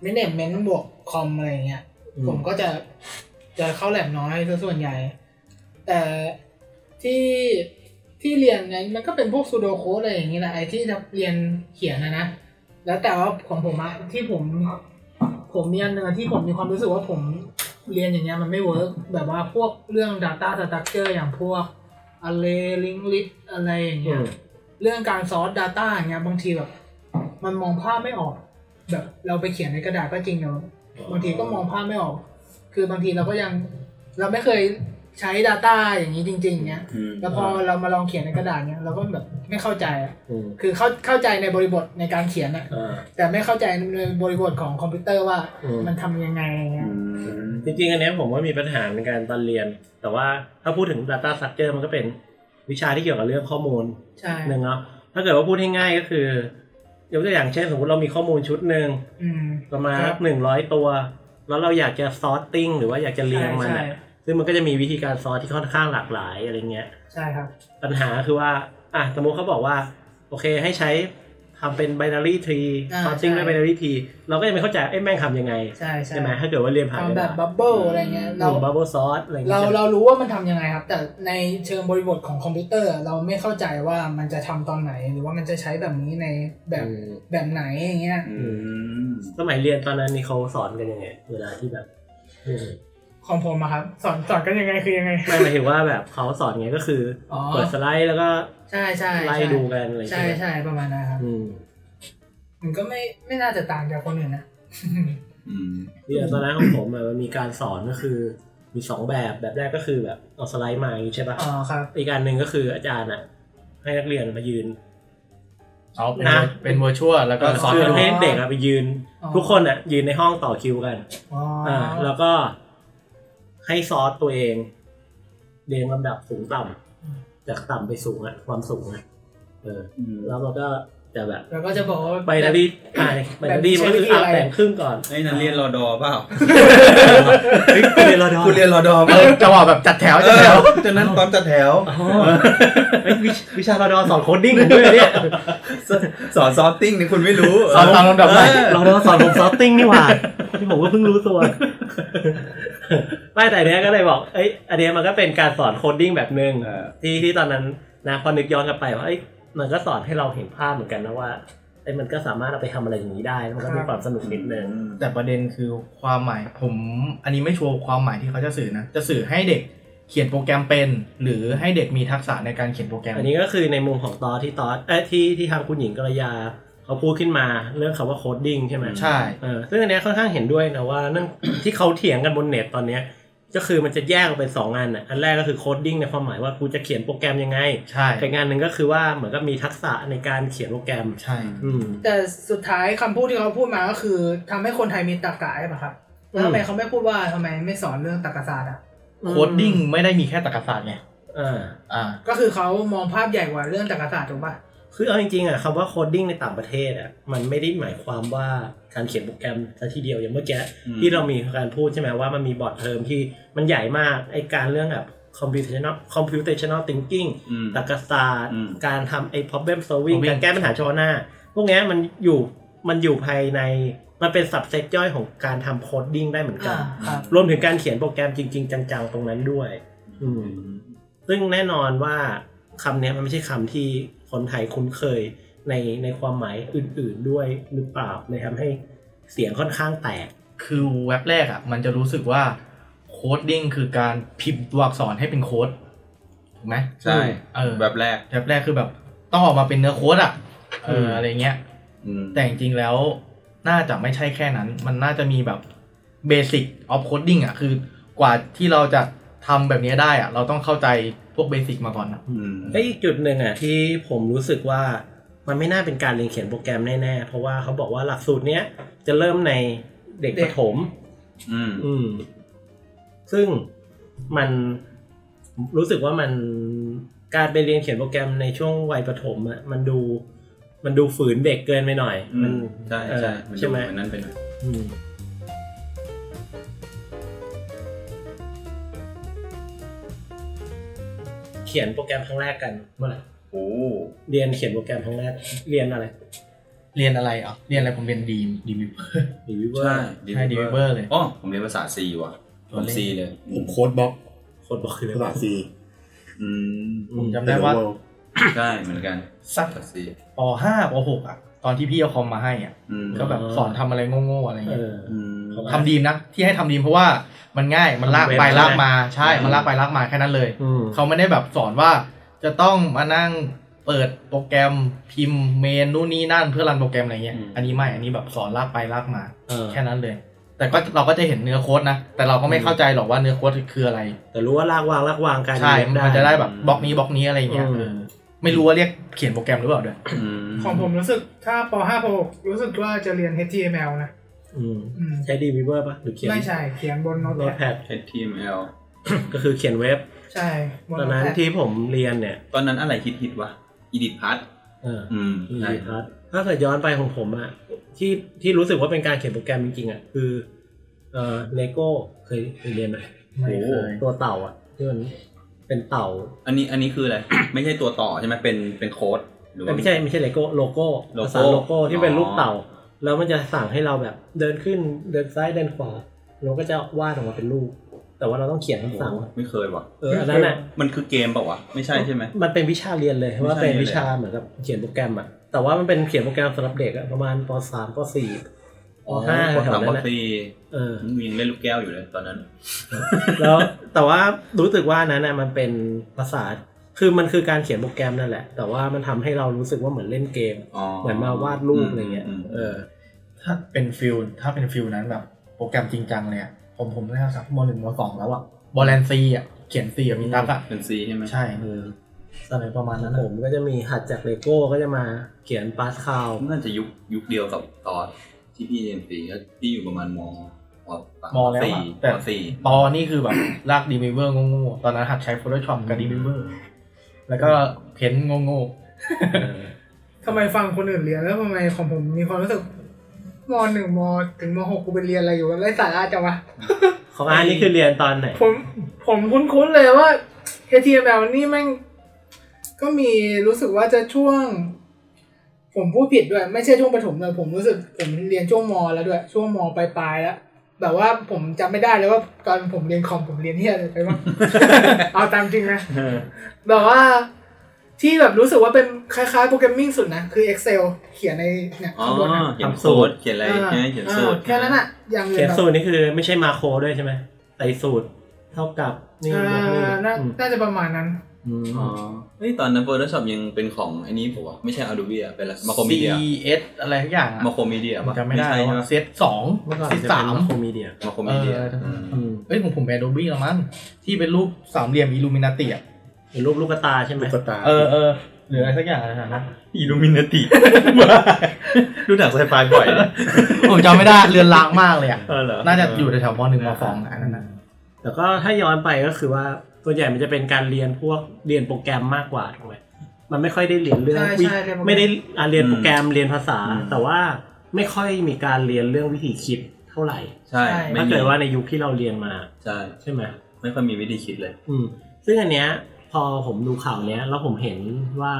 [SPEAKER 5] เมเนจเมนต์บวกคอมอะไรเงี้ย
[SPEAKER 1] อืม
[SPEAKER 5] ผมก็จะจะเข้าแลบน้อยซะส่วนใหญ่ แต่ที่ที่เรียนเนี่ยมันก็เป็นพวกซูโดโคดอะไรอย่างนี้แหละไอ้ที่จะเรียนเขียนนะนะ แล้วแต่ว่าของผมอะที่ผม ผมมีอันหนึงอะที่ผมมีความรู้สึกว่าผมเรียนอย่างเงี้ยมันไม่เวิร์กแบบว่าพวกเรื่อง Data Structure อย่างพวกอะไรลิงลิสอะไรอย่างเงี้ย
[SPEAKER 1] อืม
[SPEAKER 5] เรื่องการซอส Data อย่างเงี้ยบางทีแบบ มันมองภาพไม่ออก แบบเราไปเขียนในกระดาษก็จริงแต่บางทีก็มองภาพไม่ออก คือบางทีเราก็ยังเราไม่เคยใช้ Data อย่างนี้จริง ๆเงี้ย
[SPEAKER 2] อืม
[SPEAKER 5] แล้วพอเรามาลองเขียนในกระดาษเนี้ยเราก็แบบไม่เข้าใจอะ
[SPEAKER 1] อืม
[SPEAKER 5] คือเข้าเข้าใจในบริบทในการเขียนอะ
[SPEAKER 1] อ่า
[SPEAKER 5] แต่ไม่เข้าใจในบริบทของคอมพิวเตอร์ว่า
[SPEAKER 1] อืม
[SPEAKER 5] มันทำยังไงอะไรเงี้ย
[SPEAKER 1] จริงๆอันเนี้ยผมว่ามีปัญหาในการตอนเรียน แต่ว่าถ้าพูดถึง Data Structure มันก็เป็นวิชาที่เกี่ยวกับเรื่องข้อมูล
[SPEAKER 5] ใช่
[SPEAKER 1] หนึ่งเนาะถ้าเกิดว่าพูดให้ง่ายก็คือยกตัวอย่างเช่น สมมติเรามีข้อมูลชุดหนึ่ง
[SPEAKER 5] อืม
[SPEAKER 1] ประมาณ
[SPEAKER 5] ครับ
[SPEAKER 1] หนึ่งร้อยตัว แล้วเราอยากจะ sorting หรือว่าอยากจะเรียงมัน
[SPEAKER 5] ใช่
[SPEAKER 1] อะ ซึ่งมันก็จะมีวิธีการซอสที่ค่อนข้างหลากหลายอะไรเงี้ย
[SPEAKER 5] ใช่ใช่ครับ
[SPEAKER 1] ปัญหาคือว่า อ่ะ สมมติเขาบอกว่า โอเคให้ใช้ทำเป็น binary tree
[SPEAKER 5] อ่า
[SPEAKER 1] sorting ด้วย
[SPEAKER 5] ใช่
[SPEAKER 1] binary tree เราก็ยังไม่เข้าใจเอ้ยแม่งทำยังไง
[SPEAKER 5] ใช่ใช่
[SPEAKER 1] ใช่ไหมถ้าเกิดว่าเรียนผ่าน
[SPEAKER 5] ทำ
[SPEAKER 1] ก
[SPEAKER 5] แบ
[SPEAKER 1] ระ
[SPEAKER 5] บ
[SPEAKER 1] ดา
[SPEAKER 5] บั
[SPEAKER 1] ษ
[SPEAKER 5] บเบิ้ลอะไรเงี้ย
[SPEAKER 1] ห
[SPEAKER 5] เรา
[SPEAKER 1] รือ bubble sort อะไร
[SPEAKER 5] เรา
[SPEAKER 1] เงี้ย
[SPEAKER 5] เรารู้ว่ามันทำยังไงครับ แต่ในเชิงบริบทของคอมพิวเตอร์เราไม่เข้าใจว่ามันจะทำตอนไหน หรือว่ามันจะใช้แบบนี้ในแบบ
[SPEAKER 1] อืม
[SPEAKER 5] แบบไหนอย่างเงี้ย
[SPEAKER 2] อืม
[SPEAKER 1] สมัยเรียนตอนนั้นนี่เขาสอนกันยังไง เวลาที่แบบอืม
[SPEAKER 5] ของผมอะครับ สอนสอนกันยังไงคือยังไง
[SPEAKER 1] ไม่หมายถึงว่าแบบเขาสอนไงก็คืออ
[SPEAKER 5] อ
[SPEAKER 1] เปิดสไลด์แล้วก็
[SPEAKER 5] ใช่ใช่
[SPEAKER 1] ไล่ดูกันอะไร
[SPEAKER 5] ใช่
[SPEAKER 1] ใช่ไหม
[SPEAKER 5] ใช่ประมาณนั้นครับ
[SPEAKER 1] อืม
[SPEAKER 5] มันก็ไม่ไม่น่าจะต่างจากคนอื่นนะ
[SPEAKER 2] อืม
[SPEAKER 1] เรียนตอนนั้นของผมอะมันมีการสอนก็คือมีสองแบบแบบแรกก็คือแบบเอาสไลด์มาอย่างงี้ใช่ปะ
[SPEAKER 5] อ๋อครับ
[SPEAKER 1] อีกอันหนึ่งก็คืออาจารย์อ่ะ ให้นักเรียนมายืน
[SPEAKER 3] เอาเป็น
[SPEAKER 1] นะ
[SPEAKER 3] เป็นมัวชั่วแล้วก็ซ้อน
[SPEAKER 1] คือ
[SPEAKER 3] ดู
[SPEAKER 1] ให้เด็กอะไปยืน
[SPEAKER 5] อ๋อ
[SPEAKER 1] ทุกคนอะยืนในห้องต่อคิวกัน
[SPEAKER 5] อ๋ออ
[SPEAKER 1] อ่า แล้วก็ให้ซอสตัวเองเรียงลำดับสูงต่ำจากต่ำไปสูงอะความสูงอะเออ
[SPEAKER 2] อืม
[SPEAKER 1] แล้วมันก็จะแบบ
[SPEAKER 5] แล้วก็จะบอกว่า
[SPEAKER 1] ไบนารีอ่าไบนารีมันก็คืออ่าแบ่งครึ่งก่อน
[SPEAKER 2] ไอ้นั่นเรียนรอดอเปล่า
[SPEAKER 1] เฮ้ยเรียนรอดอ
[SPEAKER 2] คุณเรียนรอดอเป
[SPEAKER 3] เอ
[SPEAKER 2] ล่า
[SPEAKER 3] อจังหวะแบบจัดแถวจัดแถว
[SPEAKER 2] จนนั้นตอนจัดแถว
[SPEAKER 1] อ๋อเฮ้ยวิชวิชารอดอสอนโคดดิ้งผมด้วยเนี่ย
[SPEAKER 2] สอนซอฟติ้งนี่คุณไม่รู้
[SPEAKER 3] สอนตามลำดับไหน
[SPEAKER 2] เออ
[SPEAKER 1] เราโดนสอนผมซอฟติ้งนี่หว่าที่ผมก็เพิ่งรู้ตัว ไม่แต่เนี้ยก็เลยบอก เอ้ย อันเนี้ยมันก็เป็นการสอนโคดดิ้งแบบหนึ่ง
[SPEAKER 2] เออ
[SPEAKER 1] ที่ที่ตอนนั้นนะพอนึกย้อนกลับไปว่าเอ้ยมันก็สอนให้เราเห็นภาพเหมือนกันนะว่าไอ้ยมันก็สามารถเอาไปทำอะไรอย่างนี้ได้แล้วมันก็มีความสนุกนิดนึง
[SPEAKER 3] แต่ประเด็นคือความหมายผมอันนี้ไม่ชัวร์ความหมายที่เขาจะสื่อนะ จะสื่อให้เด็กเขียนโปรแกรมเป็น หรือให้เด็กมีทักษะในการเขียนโปรแกรม
[SPEAKER 1] อันนี้ก็คือในมุมของตอสที่ตอสเอ้ยที่ที่ทางคุณหญิงกัลยา เขาพูดขึ้นมาเรื่องคำว่าโคดดิ้งใช่ไหม
[SPEAKER 3] ใช่
[SPEAKER 1] เออซึ่งอันเนี้ยค่อนข้างเห็นด้วยนะว่าเรื่อง ที่เขาเถียงกันบนเน็ตตอนเนี้ยก็คือมันจะแยกออกเป็นสองงานอ่ะอันแรกก็คือโคดดิ้งในความหมายว่ากูจะเขียนโปรแกรมยังไง
[SPEAKER 3] ใช่
[SPEAKER 1] แต่งานหนึ่งก็คือว่าเหมือนกับมีทักษะในการเขียนโปรแกรม
[SPEAKER 3] ใช่
[SPEAKER 1] อืม
[SPEAKER 5] แต่สุดท้ายคำพูดที่เขาพูดมาก็คือทำให้คนไทยมีตรรกะใช่ปะครับแล้วทำไม
[SPEAKER 1] อืม
[SPEAKER 5] เขาไม่พูดว่าทำไมไม่สอนเรื่องตรรกศาสตร์อ่ะ
[SPEAKER 3] โคดดิ้งไม่ได้มีแค่ตรรกศาสตร์ไง
[SPEAKER 1] อ่า
[SPEAKER 3] อ่า
[SPEAKER 5] ก็คือเขามองภาพใหญ่กว่าเรื่องตรรกศาสตร์ถูกป่ะ
[SPEAKER 1] คือเอาจริงๆอ่ะคำว่าโคดดิ้งในต่างประเทศอ่ะมันไม่ได้หมายความว่าการเขียนโปรแกรมซะทีเดียวอย่างเมื่อกี้
[SPEAKER 2] อืม
[SPEAKER 1] ที่เรามีการพูดใช่ไหมว่ามันมีบอร์ดเทอมที่มันใหญ่มากไอการเรื่องแบบ computational computational thinking
[SPEAKER 2] อืม
[SPEAKER 1] ตรรกศาสตร์
[SPEAKER 2] อืม
[SPEAKER 1] การทำไอ้ problem solving
[SPEAKER 3] Solving
[SPEAKER 1] การแก้ปัญหาเฉพาะหน้า พวกเนี้ยมันอยู่มันอยู่ภายใน มันเป็น subset ย่อยของการทำ coding ได้เหมือนกัน
[SPEAKER 5] ครับ
[SPEAKER 1] รวมถึงการเขียนโปรแกรมจริง ๆ จัง ๆ ตรงนั้นด้วย อืม ซึ่งแน่นอนว่าคำเนี้ยมันไม่ใช่คำที่คนไทยคุ้นเคยในในความหมายอื่น ๆด้วยหรือเปล่าเลยทำให้เสียงค่อนข้างแตก
[SPEAKER 3] คือเว็บแรกอ่ะ มันจะรู้สึกว่าโคดดิ้งคือการพิมพ์ตัวอักษรให้เป็นโค้ดถูกไหม
[SPEAKER 2] ใช่
[SPEAKER 3] เออ
[SPEAKER 2] แบบแรก
[SPEAKER 3] เว็บแรกคือแบบต้องออกมาเป็นเนื้อโค้ดอ่ะเออ
[SPEAKER 1] ม
[SPEAKER 3] อะไรเงี้ย
[SPEAKER 2] อืม
[SPEAKER 3] แต่จริงๆ แล้วน่าจะไม่ใช่แค่นั้น มันน่าจะมีแบบเบสิกออฟโคดดิ้งอ่ะ คือกว่าที่เราจะทำแบบนี้ได้อ่ะ เราต้องเข้าใจพวกเบสิกมาก่อนนะ
[SPEAKER 2] อืม
[SPEAKER 1] ไอ้อีกจุดหนึ่งอ่ะที่ผมรู้สึกว่ามันไม่น่าเป็นการเรียนเขียนโปรแกรมแน่ๆ เพราะว่าเขาบอกว่าหลักสูตรเนี้ยจะเริ่มในเด็กป
[SPEAKER 5] เด็ก
[SPEAKER 1] ระถม
[SPEAKER 2] อืม
[SPEAKER 1] อืม ซึ่งมันรู้สึกว่ามันการไปเรียนเขียนโปรแกรมในช่วงวัยประถมอ่ะมันดูมันดูฝืนเด็กเกินไปหน่อย
[SPEAKER 2] อื
[SPEAKER 1] มั
[SPEAKER 2] มใช่ใช่
[SPEAKER 1] เออน
[SPEAKER 2] ดู
[SPEAKER 1] ใช่ไหม
[SPEAKER 2] เหมือนนั่นเป็นอย
[SPEAKER 1] อืม เขียนโปรแกรมครั้งแรกกันเมื่อไหร่
[SPEAKER 2] โอ้
[SPEAKER 1] เรียนเขียนโปรแกรมครั้งแรกเรียนอะไร
[SPEAKER 3] เรียนอะไรอ่ะ เรียนอะไรผมเรียนดีมดีวิเวอร์
[SPEAKER 1] หรือวิเวอ
[SPEAKER 2] ใช่
[SPEAKER 1] ร์
[SPEAKER 3] ใช่ Deliver เลย
[SPEAKER 2] อ๋อผมเรียนภาษาซีว่ะผมซีเลย
[SPEAKER 4] ผมโค้ดบล็อก
[SPEAKER 1] คนบอกคือ
[SPEAKER 4] ภาษาซี
[SPEAKER 2] อืม
[SPEAKER 3] ผมจำได้ว่า
[SPEAKER 2] ใช่เหมือนกัน
[SPEAKER 3] สัก
[SPEAKER 2] ภาษาซี
[SPEAKER 3] ป .5 ป .6 อ่ะ ตอนที่พี่เอาคอมมาให้อ่ะ
[SPEAKER 2] อืม
[SPEAKER 3] ก็แบบสอนทำอะไรโง่ๆอะไร
[SPEAKER 1] เอ
[SPEAKER 3] เงี้ย
[SPEAKER 1] อ
[SPEAKER 2] อืม
[SPEAKER 1] เขาก็
[SPEAKER 3] ทำดีมนะ ที่ให้ทำดีมเพราะว่ามันง่าย มันลากไปลากมา ใช่ มันลากไปลากมาแค่นั้นเลย
[SPEAKER 1] อืม
[SPEAKER 3] เขาไม่ได้แบบสอนว่าจะต้องมานั่งเปิดโปรแกรมพิมพ์เมนนู่นนี่นั่นเพื่อรันโปรแกรมอะไรเงี้ย
[SPEAKER 2] อืม
[SPEAKER 3] อันนี้ไม่ อันนี้แบบสอนลากไปลากมา
[SPEAKER 1] เออ
[SPEAKER 3] แค่นั้นเลย แต่ก็เราก็จะเห็นเนื้อโค้ดนะ แต่เราก็ไม่เข้าใจหรอกว่าเนื้อโค้ดคืออะไร
[SPEAKER 1] แต่รู้ว่าลากวางลากวางการ
[SPEAKER 3] ใช่
[SPEAKER 1] เรีย
[SPEAKER 3] มันจะได้แบบบล็อกนี้บล็อกนี้อะไรเงี้ย
[SPEAKER 1] อืม
[SPEAKER 3] เออไม่รู้ว่าเรียกเขียนโปรแกรมหรือเปล่าด้วย
[SPEAKER 2] อืม
[SPEAKER 5] ของผมรู้สึกถ้าป .5 ป .6 รู้สึกว่าจะเรียน HTML นะ
[SPEAKER 1] อืม
[SPEAKER 5] อืม
[SPEAKER 1] ใช้ดีวิเวอร์ป่ะหรือเขียน
[SPEAKER 5] ไม่ใช่เขียนบนโน้ต
[SPEAKER 1] โน้ตแพ
[SPEAKER 5] แพด
[SPEAKER 1] ด
[SPEAKER 2] เอทีเอล
[SPEAKER 1] ก็คือเขียนเว็บ
[SPEAKER 5] ใช่บน
[SPEAKER 1] ตอน
[SPEAKER 5] โน้ต
[SPEAKER 1] นั้น
[SPEAKER 5] แพด
[SPEAKER 1] ที่ผมเรียนเนี่ย
[SPEAKER 2] ตอนนั้นอะไรฮิตฮิตๆวะอีดิทพัท
[SPEAKER 1] เออ
[SPEAKER 2] อืม
[SPEAKER 1] มี
[SPEAKER 2] ใช่
[SPEAKER 1] พัทถ้าเกิดย้อนไปของผมอะที่ที่รู้สึกว่าเป็นการเขียนโปรแกรมจริงๆอะคือเออเลโก้เคยเคยเรียนไหม
[SPEAKER 3] ไม่เคย
[SPEAKER 2] โอ้
[SPEAKER 1] ตัวเต่าอะที่มันเป็นเต่า
[SPEAKER 2] อันนี้อันนี้คืออะไร ไม่ใช่ตัวต่อใช่ไหมเป็นเป็นโค้ดหรือ
[SPEAKER 1] เอ้
[SPEAKER 2] ว่า
[SPEAKER 1] ยไม่ใช่ไม่ใช่เลโก้โลโก้
[SPEAKER 2] โลโก้
[SPEAKER 1] ภาษาโลโก้ที่เป็น
[SPEAKER 2] อ๋อ
[SPEAKER 1] รูปเต่า แล้วมันจะสั่งให้เราแบบเดินขึ้นเดินซ้ายเดินขวาเราก็จะวาดออกมาเป็นรูป แต่ว่าเราต้องเขียนคำสั่ง
[SPEAKER 2] ไม่เคยว่ะ
[SPEAKER 1] เอออันนั้นอะ
[SPEAKER 2] มันคือเกมเปล่าวะไม่ใช่ใช่ไหม
[SPEAKER 1] มันเป็นวิชาเรียนเลยว่าเป็น
[SPEAKER 2] วิ
[SPEAKER 1] วิชา
[SPEAKER 2] ชาเรียนเลย
[SPEAKER 1] เหมือนกับเขียนโปรแกรมอะแต่ว่ามันเป็นเขียนโปรแกรมสำหรับเด็กอะประมาณปสามปสี่ปห้า
[SPEAKER 2] โค้ด
[SPEAKER 1] แถ
[SPEAKER 2] สาว ม
[SPEAKER 1] นั้
[SPEAKER 2] บอน ล
[SPEAKER 1] อะ
[SPEAKER 2] ซี
[SPEAKER 1] เออ
[SPEAKER 2] มีเล่นลูกแก้วอยู่เลยตอนนั้น
[SPEAKER 1] แล้วแต่ว่ารู้สึกว่านั้นอะมันเป็นภาษาคือมันคือการเขียนโปรแกรมนั่นแหละ แต่ว่ามันทำให้เรารู้สึกว่าเหมือนเล่นเกม เหมือนมาวาดรูปอะไรเงี้ยเออ
[SPEAKER 3] ถ้าเป็นฟิลถ้าเป็นฟิลนั้นแบบโปรแกรมจริงจังเลยอะผมผมได้สักมหนึ่งมสองแล้วอะบอลแลนซีอะเขียนซีอะมีตักอะ
[SPEAKER 2] เป็นซีใช่ไหม
[SPEAKER 3] ใช่
[SPEAKER 1] เออ
[SPEAKER 6] สมัยประมาณนั้น
[SPEAKER 1] ผมก็จะมีหัดจากเลโก้ก็จะมาเขียนปาสคาล
[SPEAKER 2] น่าจะยุคยุคเดียวกับตอนที่พี่เรียนฟรีก็พี่อยู่ประมาณมมสาม
[SPEAKER 3] มแล้ว
[SPEAKER 2] สี่
[SPEAKER 3] อะ
[SPEAKER 2] ม
[SPEAKER 3] แต่
[SPEAKER 2] สี่
[SPEAKER 3] ตอนนี้คือแบบ ลากดีมิเวอร์งงๆตอนนั้นหัดใช้ Photoshop กับดีมิเวอร์แล้วก็เพ้นงง
[SPEAKER 5] ทำไมฟังคนอื่นเรียนแล้วทำไมของผมมีความรู้สึกมหนึ่งมถึงมหกกูไปเรียนอะไรอยู่วะไรสาระจังวะ
[SPEAKER 1] ของอันนี้คือเรียนตอนไหน
[SPEAKER 5] ผมผมคุ้นๆเลยว่า HTML นี่แม่งก็มีรู้สึกว่าจะช่วง ผมพูดผิดด้วย ไม่ใช่ช่วงประถมเลยผมรู้สึกผมเรียนช่วงมแล้วด้วย ช่วงมปลายๆแล้วแบบว่าผมจำไม่ได้เลยว่าตอนผมเรียนคอมผมเรียนที่อะไรไป บ้าง เอาตามจริงนะ แบบว่าที่แบบรู้สึกว่าเป็นคล้ายๆโปรแกรมมิ่งสุดนะคือ Excel เขียนในเนี่ย
[SPEAKER 2] อ๋อ
[SPEAKER 5] ข้างบนนะ
[SPEAKER 2] เขียน
[SPEAKER 1] ทำสู
[SPEAKER 2] สู
[SPEAKER 1] ต
[SPEAKER 2] ต
[SPEAKER 1] ร
[SPEAKER 2] รเขียนอะไรใช่ไหมเขียนสูตร
[SPEAKER 5] อ่าแค่นั้นอะอย่างอื่น
[SPEAKER 1] เขียน
[SPEAKER 5] แบบ
[SPEAKER 1] สูตรนี่คือไม่ใช่มาโครด้วยใช่ไหมใส่สูตรเท่ากับนี่
[SPEAKER 5] อ่า
[SPEAKER 1] บวกนี่
[SPEAKER 5] นา
[SPEAKER 1] อืม
[SPEAKER 5] น่าจะประมาณนั้น
[SPEAKER 1] อืม
[SPEAKER 2] อ๋อเฮ้ยตอนนั้น Photoshop ยังเป็นของอันนี้ผมว่าไม่ใช่ Adobe อะเป็นมา
[SPEAKER 3] ๆ
[SPEAKER 2] โครมีเดีย
[SPEAKER 3] CS อะไรทุกอย่างอะ
[SPEAKER 2] มาโครมีเดีย
[SPEAKER 3] ผมจำไม่ได้แล้วอะ CS สอง
[SPEAKER 1] เมื่อก่อน
[SPEAKER 3] CS
[SPEAKER 1] จะเป็
[SPEAKER 3] สาน ม
[SPEAKER 1] มาโครมีเดีย
[SPEAKER 2] มาโครมีเดีย
[SPEAKER 3] เออ เอ้ยของผมเป็น Adobe ละมั้งที่เป็นรูปสามเหลี่ยม Illuminati อะ
[SPEAKER 1] เป็นรูปลูกตาใช่ไหม
[SPEAKER 4] ตุ๊กตา
[SPEAKER 3] เออเออหรืออะไรสักอย่างนะ
[SPEAKER 2] อิลูมิน ติดูหนังไซไฟบ่อยนะ
[SPEAKER 3] ผมจำไม่ได้เรือนล้างมากเลยอ่ะ
[SPEAKER 2] เออเหรอ
[SPEAKER 3] น่าจะอยู่แถวๆมหนึ่งมสองอันนั้นนะ
[SPEAKER 1] แล้วก็ถ้าย้อนไปก็คือว่าตัวใหญ่มันจะเป็นการเรียนพวกเรียนโปรแกรมมากกว่าถูกไหมมันไม่ค่อยได้เรียนเรื่อง
[SPEAKER 5] ใช่
[SPEAKER 1] วิ
[SPEAKER 5] ใช่เรียนโปรแกรม
[SPEAKER 1] ไม่ได้อ่าเรียนโปรแกรมเรียนภาษา
[SPEAKER 2] อืม
[SPEAKER 1] แต่ว่าไม่ค่อยมีการเรียนเรื่องวิธีคิดเท่าไหร่
[SPEAKER 2] ใช่ไม่
[SPEAKER 1] ถ้า
[SPEAKER 2] มี
[SPEAKER 1] เกิดว่าในยุคที่เราเรียนมา
[SPEAKER 2] ใช่
[SPEAKER 1] ใช่ไหม
[SPEAKER 2] ไม่ค่อยมีวิธีคิดเลย
[SPEAKER 1] อืมซึ่งอันเนี้ยพอผมดูข่าวเนี้ยแล้วผมเห็นว่า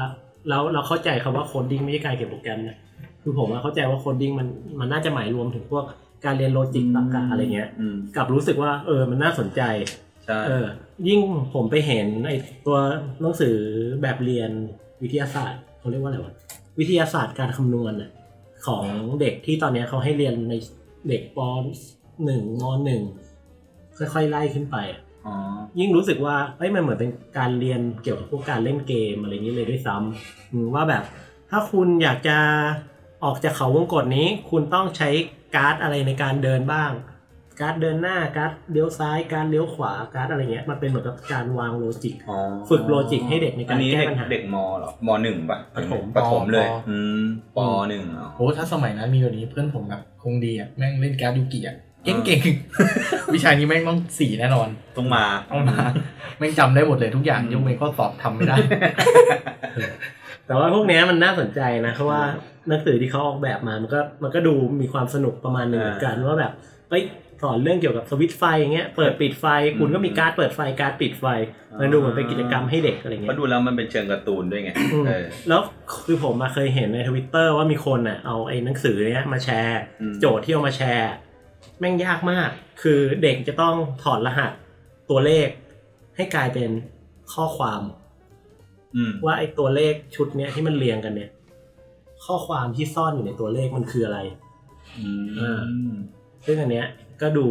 [SPEAKER 1] แล้วเราเข้าใจคำว่าโคดดิ้งไม่ใช่การเขียนโปรแกรมนะคือผมอะเข้าใจว่าโคดดิ้งมันมันน่าจะหมายรวมถึงพวกการเรียนโลจิกตรรกะอะไรเงี้ย
[SPEAKER 2] อืม
[SPEAKER 1] กลับรู้สึกว่าเออมันน่าสนใจ
[SPEAKER 2] ใช่
[SPEAKER 1] เออยิ่งผมไปเห็นไอตัวหนังสือแบบเรียนวิทยาศาสตร์เขาเรียกว่าอะไรวะวิทยาศาสตร์การคำนวณน่ะของเด็กที่ตอนเนี้ยเขาให้เรียนในเด็กปหนึ่งมหนึ่งค่อยๆไล่ขึ้นไปอะ
[SPEAKER 2] อ๋อ
[SPEAKER 1] ยิ่งรู้สึกว่าเอ้ยมันเหมือนเป็นการเรียนเกี่ยวกับพวกการเล่นเกมอะไรอย่างนี้เลยด้วยซ้ำอืมว่าแบบ ถ้าคุณอยากจะออกจากเขาวงกฏนี้ คุณต้องใช้การ์ดอะไรในการเดินบ้าง การ์ดเดินหน้าการ์ดเลี้ยวซ้ายการ์ดเลี้ยวขวาการ์ดอะไรเงี้ยมันเป็นเหมือนกับการวางโลจิก
[SPEAKER 2] อ๋อ
[SPEAKER 1] ฝึกโลจิกให้เด็กในการ
[SPEAKER 2] อั
[SPEAKER 1] แก้
[SPEAKER 2] เด็
[SPEAKER 1] ปัญหา
[SPEAKER 2] เด็กมเหรอมหนึ่งป่ะ
[SPEAKER 1] ประถม
[SPEAKER 2] ประถมเลย
[SPEAKER 3] ป
[SPEAKER 2] อืมปหนึ่งเหรอ
[SPEAKER 3] โอ้ถ้าสมัยนั้นมีกว่านี้เพื่อนผมแบบคงดีอ่ะ แม่งเล่นการ์ดยูกิอ่ะ เก่งๆ วิชานี้แม่งต้องสี่แน่นอน
[SPEAKER 2] ต้องมา
[SPEAKER 3] ต้องมาแม่งจำได้หมดเลยทุกอย่างยกเว้นข้อสอบทำไม่ได้
[SPEAKER 1] แต่ว่าพวกเนี้ยมันน่าสนใจนะเพราะว่าหนังสือที่เขาออกแบบมา มันก็มันก็ดูมีความสนุกประมาณหนึ่งเหมือนกันว่าแบบเอ้ยสอนเรื่องเกี่ยวกับสวิตช์ไฟอย่างเงี้ยเปิดปิดไฟ คุณก็มีการ์ดเปิดไฟการ์ดปิดไฟมันดูเหมือนเป็นกิจกรรมให้เด็กอะไร
[SPEAKER 2] เพ
[SPEAKER 1] เงี้
[SPEAKER 2] ราะ
[SPEAKER 1] ย
[SPEAKER 2] ดูแล้วมันเป็นเชิงการ์ตูนด้วยไง
[SPEAKER 1] อืม
[SPEAKER 2] เออ
[SPEAKER 1] แล้วคือผมมาเคยเห็นในทวิตเตอร์ว่ามีคนอ่ะเอาไอ้หนังสือเนี้ยมาแชร์
[SPEAKER 2] อืม
[SPEAKER 1] โจทย์ที่เอามาแชร์ แม่งยากมาก คือเด็กจะต้องถอดรหัสตัวเลข ให้กลายเป็นข้อความ
[SPEAKER 2] อืม
[SPEAKER 1] ว่าไอ้ตัวเลขชุดเนี้ยที่มันเรียงกันเนี่ย ข้อความที่ซ่อนอยู่ในตัวเลขมันคืออะไร
[SPEAKER 2] อืม
[SPEAKER 1] ซึ่งอันเนี้ยก็ดู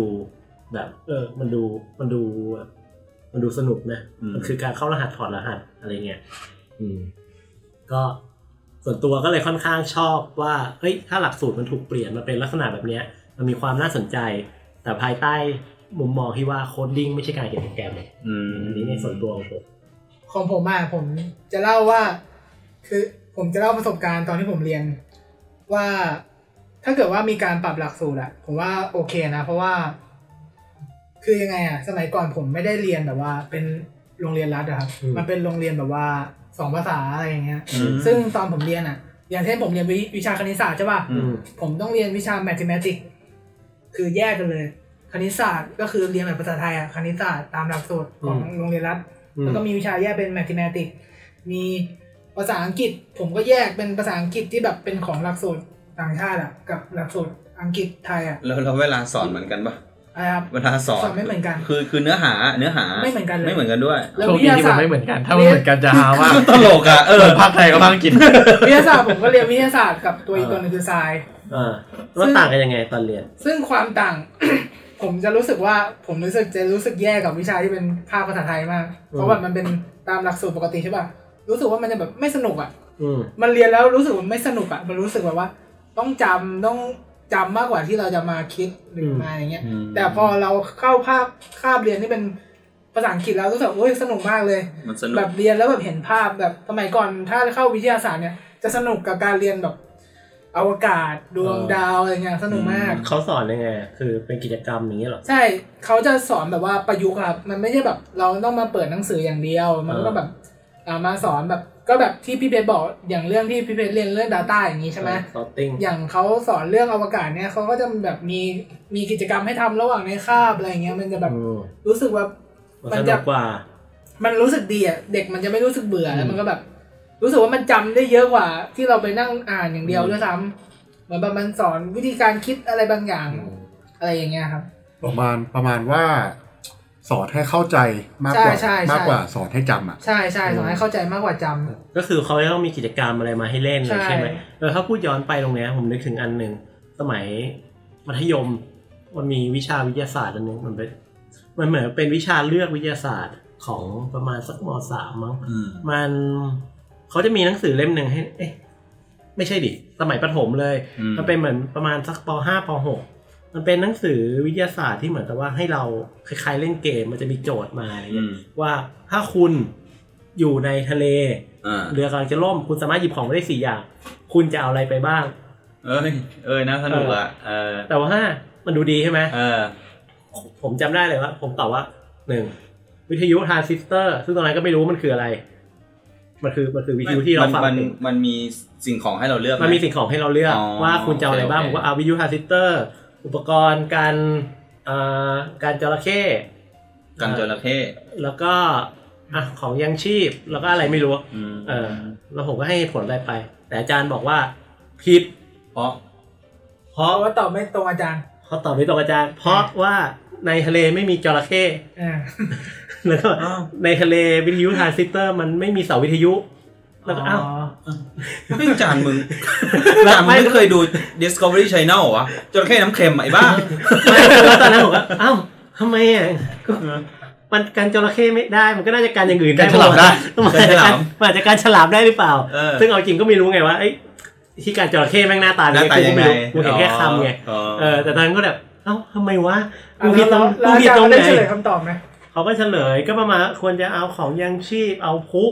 [SPEAKER 1] แบบ เออ มันดูมันดูแบบมันดูสนุกนะมันคือการเข้ารหัสถอดรหัสอะไรเงี้ยอืม ก็ส่วนตัวก็เลยค่อนข้างชอบว่าเฮ้ยถ้าหลักสูตรมันถูกเปลี่ยนมาเป็นลักษณะแบบเนี้ย มันมีความน่าสนใจ แต่ภายใต้มุมมองที่ว่าโคดดิ้งไม่ใช่การเขียนโปรแกรม
[SPEAKER 2] อืม
[SPEAKER 1] อันนี้ในส่วนตัวของผม
[SPEAKER 5] ของผมอ่ะผมจะเล่าว่า คือผมจะเล่าประสบการณ์ตอนที่ผมเรียน ว่าถ้าเกิดว่ามีการปรับหลักสูตรอะผมว่าโอเคนะ เพราะว่า คือยังไงอะสมัยก่อนผมไม่ได้เรียนแบบว่า เป็นโรงเรียนรัฐอะครับ มันเป็นโรงเรียนแบบว่าสองภาษาอะไรอย่างเงี้ย
[SPEAKER 2] อืม
[SPEAKER 5] ซึ่งตอนผมเรียนอะอย่างเช่นผมเรียนวิวิชาคณิตศาสตร์ใช่ป่ะ
[SPEAKER 2] อื
[SPEAKER 1] อืม
[SPEAKER 5] ผมต้องเรียนวิชา mathematics คือแยกกันเลย คณิตศาสตร์ก็คือเรียนแบบภาษาไทยอะคณิตศาสตร์ตามหลักสูตรของ
[SPEAKER 1] อืม
[SPEAKER 5] โรงเรียนรัฐ
[SPEAKER 1] อืม
[SPEAKER 5] แล้วก็มีวิชาแยกเป็น mathematics มีภาษาอังกฤษ ผมก็แยกเป็นภาษาอังกฤษที่แบบเป็นของหลักสูตรต่างชาติอะกับหลักสูตรอังกฤษไทยอะ
[SPEAKER 2] แล้วแล้วเวลาสอนเหมือนกันปะ
[SPEAKER 5] อะไรครับ
[SPEAKER 2] เวลาสอน
[SPEAKER 5] สอนไม่เหมือนกัน
[SPEAKER 2] คือคือเนื้อหาเนื้อหา
[SPEAKER 5] ไม่เหมือนกันเลย
[SPEAKER 2] ไม่เหมือนกันด้วย
[SPEAKER 5] แล้ว
[SPEAKER 3] โชค
[SPEAKER 5] วิท
[SPEAKER 3] ดี
[SPEAKER 5] ยา
[SPEAKER 3] ที่
[SPEAKER 5] ศาสตร์
[SPEAKER 3] มันไม่เหมือนกัน ถ้ามันเหมือนกันจะหาว่า
[SPEAKER 2] ตลกอ่ะเอ
[SPEAKER 3] เอ
[SPEAKER 2] อ
[SPEAKER 3] อภาคไทยกับภาคอังกฤษ
[SPEAKER 5] วิทยาศาสตร์ผมก็เรียนวิทยาศาสตร์กับตัวอีกตัวหนึงคือ science
[SPEAKER 1] อ่าแล้วต่างกันยังไงตอนเรียน
[SPEAKER 5] ซึ่งความต่าง ผมจะรู้สึกว่าผมรู้สึกจะรู้สึกแย่กับวิชาที่เป็นภาคภาษาไทยมาก เพราะว่ามันเป็นตามหลักสูตรปกติใช่ป่ะ รู้สึกว่ามันจะแบบไม่สนุกอ่ะ
[SPEAKER 1] อืม
[SPEAKER 5] มันเรียนแล้วรู้สึกว่าไม่สนุกอ่ะ มันรู้สึกแบบว่า ต้องจำต้องจำมากกว่าที่เราจะมาคิดหรือมาอย่างเงี้ย แต่พอเราเข้าภาคคาบเรียนที่เป็น ภาษาอังกฤษแล้วรู้สึกโอ้ยสนุกมากเลย
[SPEAKER 2] มันสนุ
[SPEAKER 5] แบ
[SPEAKER 2] ก
[SPEAKER 5] บเรียนแล้วแบบเห็นภาพแบบสมัยก่อนถ้าเข้าวิทยาศาสตร์เนี่ยจะสนุกกับการเรียนแบบอวกาศดวง
[SPEAKER 1] เออ
[SPEAKER 5] ดาวอะไรเงี้ยสนุกมาก
[SPEAKER 2] อืม
[SPEAKER 1] เขาสอนยังไงอะคือเป็นกิจกรรมอย่างนี้ยเหรอ
[SPEAKER 5] ใช่เขาจะสอนแบบว่าประยุกต์อะครับมันไม่ใช่แบบเราต้องมาเปิดหนังสืออย่างเดียว มันก็
[SPEAKER 1] เออ
[SPEAKER 5] แบบอ่ามาสอนแบบก็แบบที่พี่เพชรบอกอย่างเรื่องที่พี่เพชรเรียนเรื่อง Data อย่างนี้ใช่ไหม
[SPEAKER 1] ซอตติ้ง
[SPEAKER 5] อย่างเขาสอนเรื่องอวกาศเนี่ยเขาก็จะแบบมีมีกิจกรรมให้ทำระหว่างในคาบอะไรเงี้ยมันจะแบบ
[SPEAKER 1] อืม
[SPEAKER 5] รู้สึกว่า
[SPEAKER 1] มัน
[SPEAKER 5] มัน
[SPEAKER 1] ส
[SPEAKER 5] จะ
[SPEAKER 1] นุกกว่า
[SPEAKER 5] มันรู้สึกดีอ่ะเด็กมันจะไม่รู้สึกเบื่อแล้ว
[SPEAKER 1] อืม
[SPEAKER 5] มันก็แบบ รู้สึกว่ามันจำได้เยอะกว่า ที่เราไปนั่งอ่านอย่างเดียว
[SPEAKER 1] อืม
[SPEAKER 5] ด้วยซ้ำเหมือนแบบมันสอนวิธีการคิดอะไรบางอย่าง
[SPEAKER 1] อืม
[SPEAKER 5] อะไรอย่างเงี้ยครับ
[SPEAKER 4] ประมาณประมาณว่า สอนให้เข้าใจมากกว่า
[SPEAKER 5] ใช่ใช่ใช่
[SPEAKER 4] มากกว่าสอนให้จำอ่ะ
[SPEAKER 5] ใช่ใช่สอนให้เข้าใจมากกว่าจำ
[SPEAKER 1] ก็คือเขาจะต้องมีกิจกรรมอะไรมาให้เล่นเลย
[SPEAKER 5] ใช่
[SPEAKER 1] ใช่ไหมเออถ้าพูดย้อนไปตรงเนี้ยผมนึกถึงอันหนึ่งสมัยมัธยม มันมีวิชาวิทยาศาสตร์อันหนึงมันเป็นมันเหมือนเป็นวิชาเลือกวิทยาศาสตร์ของประมาณสักมสามมั้ง
[SPEAKER 2] อืม
[SPEAKER 1] มันเขาจะมีหนังสือเล่มหนึ่งให้ เอ๊ะ ไม่ใช่ดิ สมัยประถมเลย
[SPEAKER 2] อืม
[SPEAKER 1] มันเป็นเหมือนประมาณสักปห้าปหกมันเป็นหนังสือวิทยาศาสตร์ที่เหมือนกับว่าให้เราคล้ายๆเล่นเกม มันจะมีโจทย์มาอะไร
[SPEAKER 2] อื
[SPEAKER 1] เงี้ย
[SPEAKER 2] ม
[SPEAKER 1] ว่าถ้าคุณอยู่ในทะเล
[SPEAKER 2] อ่า
[SPEAKER 1] เรือกำลังจะล่ม คุณสามารถหยิบของไปได้สี่อย่าง คุณจะเอาอะไรไปบ้าง
[SPEAKER 2] เอ้ยเอ้ยน่าสนุกอ่ะเออ
[SPEAKER 1] แต่ว่ามันดูดีใช่ไหม
[SPEAKER 2] เออ
[SPEAKER 1] ผมจำได้เลยว่า ผมตอบว่าหนึ่งวิทยุทรานซิสเตอร์ ซึ่งตอนนั้นก็ไม่รู้ว่ามันคืออะไร มันคือมันคือวิทยุที่เราฟัง
[SPEAKER 2] มันมันมันมีสิ่งของให้เราเลือกไห
[SPEAKER 1] มันมีสิ่งของให้เราเลือก
[SPEAKER 2] อ๋อ
[SPEAKER 1] ว่าคุณจะเอาอะไรบ้างผ
[SPEAKER 2] โอเค
[SPEAKER 1] มก็เอาวิทยุทรานซิสเตอร์ อุปกรณ์การอ่าการจระเข้
[SPEAKER 2] กันจระเข้
[SPEAKER 1] แล้วก็อ่ะของยังชีพแล้วก็อะไรไม่รู้
[SPEAKER 2] อืม
[SPEAKER 1] เออแล้วผมก็ให้เหตุผลอะไรไป แต่อาจารย์บอกว่าผิด
[SPEAKER 2] เพราะ
[SPEAKER 1] เพราะ
[SPEAKER 5] เพราะว่าตอบไม่ตรงอาจารย์
[SPEAKER 1] เขาตอบไม่ตรงอาจารย์ เพราะว่าในทะเลไม่มีจระเข้
[SPEAKER 5] อ่า
[SPEAKER 1] แล้วก็ในทะเลวิทยุทรานซิสเตอร์ มันไม่มีเสาวิทยุแล้วก็อ้าว
[SPEAKER 2] เฮ้ยจานมึง
[SPEAKER 1] แล้ว
[SPEAKER 2] จานมึงไม่เคยดู Discovery Channel วะจระเข้น้ำเค็มอ่ะไอ้บ้า
[SPEAKER 1] แล้วตอนนั้นผมก็เอ้าทำไมอ่ะ ก็มันการจระเข้ไม่ได้ มันก็น่าจะการอย่างอื่นได้
[SPEAKER 3] การฉลามได้
[SPEAKER 1] มันอาจจะการมันอาจจะการฉลามได้หรือเปล่า
[SPEAKER 2] เออ
[SPEAKER 1] ซึ่งเอาจริงก็ไม่รู้ไงว่าไอ้ที่การจระเข้แม่งหน้าตา
[SPEAKER 2] หน้าตา
[SPEAKER 1] กู
[SPEAKER 2] ยังไง
[SPEAKER 1] ม่รู้กูเห็นแค่คำไง
[SPEAKER 2] อ๋อ
[SPEAKER 1] เออ แต่ตอนนั้นก็แบบ เอ้าทำไมวะ
[SPEAKER 5] อ่ะ
[SPEAKER 1] กูผิดตรง
[SPEAKER 5] แล้ว
[SPEAKER 1] กู
[SPEAKER 5] แล้วอา
[SPEAKER 1] ผิด
[SPEAKER 5] จาร
[SPEAKER 1] ตร
[SPEAKER 5] ย์
[SPEAKER 1] งไห
[SPEAKER 5] ได้
[SPEAKER 1] น
[SPEAKER 5] เฉลยคำตอบไหม
[SPEAKER 1] เขาก็เฉลยก็ประมาณควรจะเอาของยังชีพ เอาพุ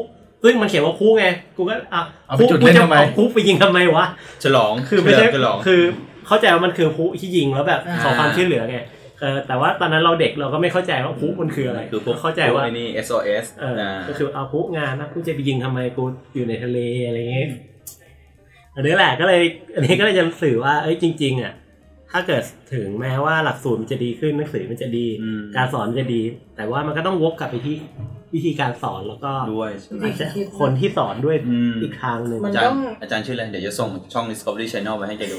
[SPEAKER 1] ซึ่งมันเขียนว่าพุไง กูก็อ่ะ
[SPEAKER 3] เอาไปจุดเล่นทำไม
[SPEAKER 1] กูจะอาพุไปยิงทำไมวะ
[SPEAKER 2] ฉลอง
[SPEAKER 1] คือไม่ใช่
[SPEAKER 2] ฉลอง
[SPEAKER 1] คือเข้าใจว่ามันคือผู้ที่ยิงแล้วแบบ
[SPEAKER 2] อ่า
[SPEAKER 1] ขอความช่วยเหลือไงเออแต่ว่าตอนนั้นเราเด็กเราก็ไม่เข้าใจว่าผู้มันคืออะไร
[SPEAKER 2] คือพวก
[SPEAKER 1] เข้าใจว่า
[SPEAKER 2] พกไอ้นี่ SOS
[SPEAKER 1] เออ
[SPEAKER 2] อ่า
[SPEAKER 1] ก็คือเอาผู้งานนะผู้จะไปยิงทำไมกูอยู่ในทะเลอะไรเงี้ยอันนี้แหละก็เลย อันนี้ก็เลยจะสื่อว่าเอ้ยจริง ๆอ่ะถ้าเกิดถึงแม้ว่าหลักสูตรมันจะดีขึ้นหนังสือมันจะดี
[SPEAKER 2] ม
[SPEAKER 1] การสอนมันจะดี แต่ว่ามันก็ต้องวกกลับไปที่วิธีการสอนแล้วก็
[SPEAKER 2] ด้วย
[SPEAKER 1] อาจจะคนที่สอนด้วย
[SPEAKER 2] อืม
[SPEAKER 1] อีกทางหนึ่ง
[SPEAKER 5] มัน
[SPEAKER 2] อาจาร
[SPEAKER 5] ต้อ
[SPEAKER 2] ย์
[SPEAKER 5] ง
[SPEAKER 2] อาจารย์ชื่ออะไร เดี๋ยวจะส่งช่อง Discovery Channel ไปให้แกดู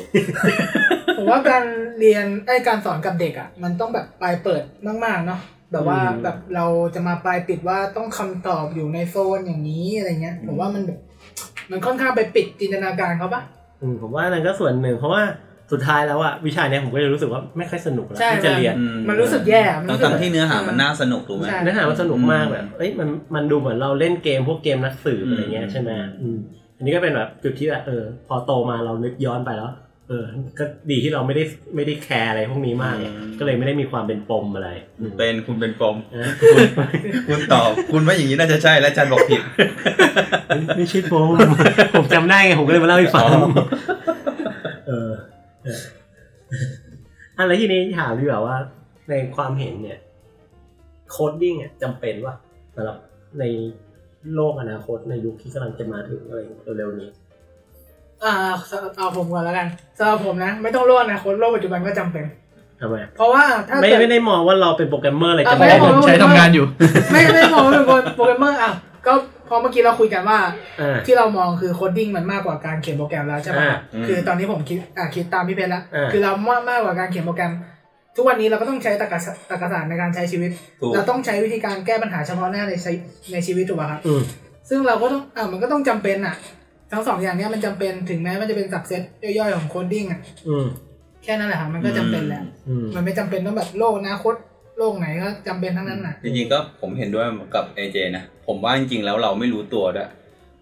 [SPEAKER 5] ผมว่าการเรียนไอยการสอนกับเด็กอ่ะ มันต้องแบบปลายเปิดมากๆเนาะแบบว่า
[SPEAKER 1] อืม
[SPEAKER 5] แบบเราจะมาปลายปิดว่าต้องคำตอบอยู่ในโซนอย่างนี้อะไรเงี้ยผมว่ามันแบบมันค่อนข้างไปปิดจินตนาการเขาปะ
[SPEAKER 1] อืมผมว่านั่นก็ส่วนหนึ่งเพราะว่าสุดท้ายแล้วอะวิชาเนี้ยผมก็จะรู้สึกว่าไม่ค่อยสนุกแล้ว
[SPEAKER 5] ใช่
[SPEAKER 1] ที่จะเรียน
[SPEAKER 2] อื
[SPEAKER 5] มันรู้สึกแย่มัน
[SPEAKER 2] ทั้ง
[SPEAKER 5] รู้สึก
[SPEAKER 2] ๆที่เนื้อหามันน่าสนุกถูกไหม
[SPEAKER 5] ใช่
[SPEAKER 1] เนื้อหามันสนุกมาก
[SPEAKER 2] อืม
[SPEAKER 1] แบบเอ้ยมันมันดูเหมือนเราเล่นเกมพวกเกมนักสืบ
[SPEAKER 2] อืม
[SPEAKER 1] อะไรเงี้ยใช่ไหมอืมอันนี้ก็เป็นแบบจุดที่แบบเออ พอโตมาเรานึกย้อนไปแล้ว เออ ก็ดีที่เราไม่ได้ไม่ได้แคร์อะไรพวกนี้มากไงก็เลยไม่ได้มีความเป็นปมอะไรอืม
[SPEAKER 2] เป็นคุณเป็นปม
[SPEAKER 1] นะ
[SPEAKER 2] คุณตอบคุณว่าอย่างนี้น่าจะใช่แล้วอาจารย์บอกผิด
[SPEAKER 1] ไม่ใช่ปม ผมจำได้ไงผมก็เลยมาเล่าให้ฟัง
[SPEAKER 2] อ๋อ
[SPEAKER 1] เออเอออันแล้วทีนี้ถามดีกว่าว่า ในความเห็นเนี่ย โคดดิ้งอ่ะจำเป็นว่าสำหรับในโลกอนาคตในยุคที่กำลังจะมาถึงอะไรเร็วๆนี้
[SPEAKER 5] อ่าเอาผมก่อนแล้วกันสำหรับผมนะ ไม่ต้องโลกอนะคนโลกปัจจุบันก็จำเป็น
[SPEAKER 1] ทำไม
[SPEAKER 5] เพราะว่าถ้า
[SPEAKER 1] ไม่
[SPEAKER 5] เกิด
[SPEAKER 1] ไม่ได้มองว่าเราเป็นโปรแกรมเมอร์อะไร
[SPEAKER 5] อ่ะ
[SPEAKER 1] จะ
[SPEAKER 5] ไม่
[SPEAKER 1] ม
[SPEAKER 5] ได้
[SPEAKER 1] อง
[SPEAKER 5] มอง
[SPEAKER 3] ใช้ทำงานอยู่
[SPEAKER 5] ไม่ไม่มองว่าเป็นคนโปรแกรมเมอร์อ่ะก็พอเมื่อกี้เราคุยกันว่า
[SPEAKER 1] อ่า
[SPEAKER 5] ที่เรามองคือโคดดิ้งมันมากกว่าการเขียนโปรแกรมแล้วใช่ปะ
[SPEAKER 1] อ่า
[SPEAKER 2] อืม
[SPEAKER 5] คือตอนนี้ผมคิดอ่าคิดตามพี่เพชรละ
[SPEAKER 1] อ่า
[SPEAKER 5] คือเรามากมากกว่าการเขียนโปรแกรม ทุกวันนี้เราก็ต้องใช้ตรรกะศาสตร์ตรรกะศาสตร์ในการใช้ชีวิต
[SPEAKER 2] ถูก
[SPEAKER 5] เราต้องใช้วิธีการแก้ปัญหาเฉพาะหน้าในใช้ในชีวิตถูกป่ะครับ
[SPEAKER 1] อืม
[SPEAKER 5] ซึ่งเราก็ต้องอ่ามันก็ต้องจำเป็นอ่ะ ทั้งสองอย่างเนี้ยมันจำเป็นถึงแม้มันจะเป็นสับเซตย่อยๆของโคดดิ้งอ่ะ
[SPEAKER 1] อืม
[SPEAKER 5] แค่นั้นแหละครับมันก็จำเป็นแหละ
[SPEAKER 1] อืม
[SPEAKER 5] มันไม่จำเป็นต้องแบบโลกอนาคตโลกไหนก็จำเป็นทั้งนั้นน่ะ
[SPEAKER 2] จริงๆก็ผมเห็นด้วยกับเอเจนะ ผมว่าจริงๆแล้วเราไม่รู้ตัวด้วย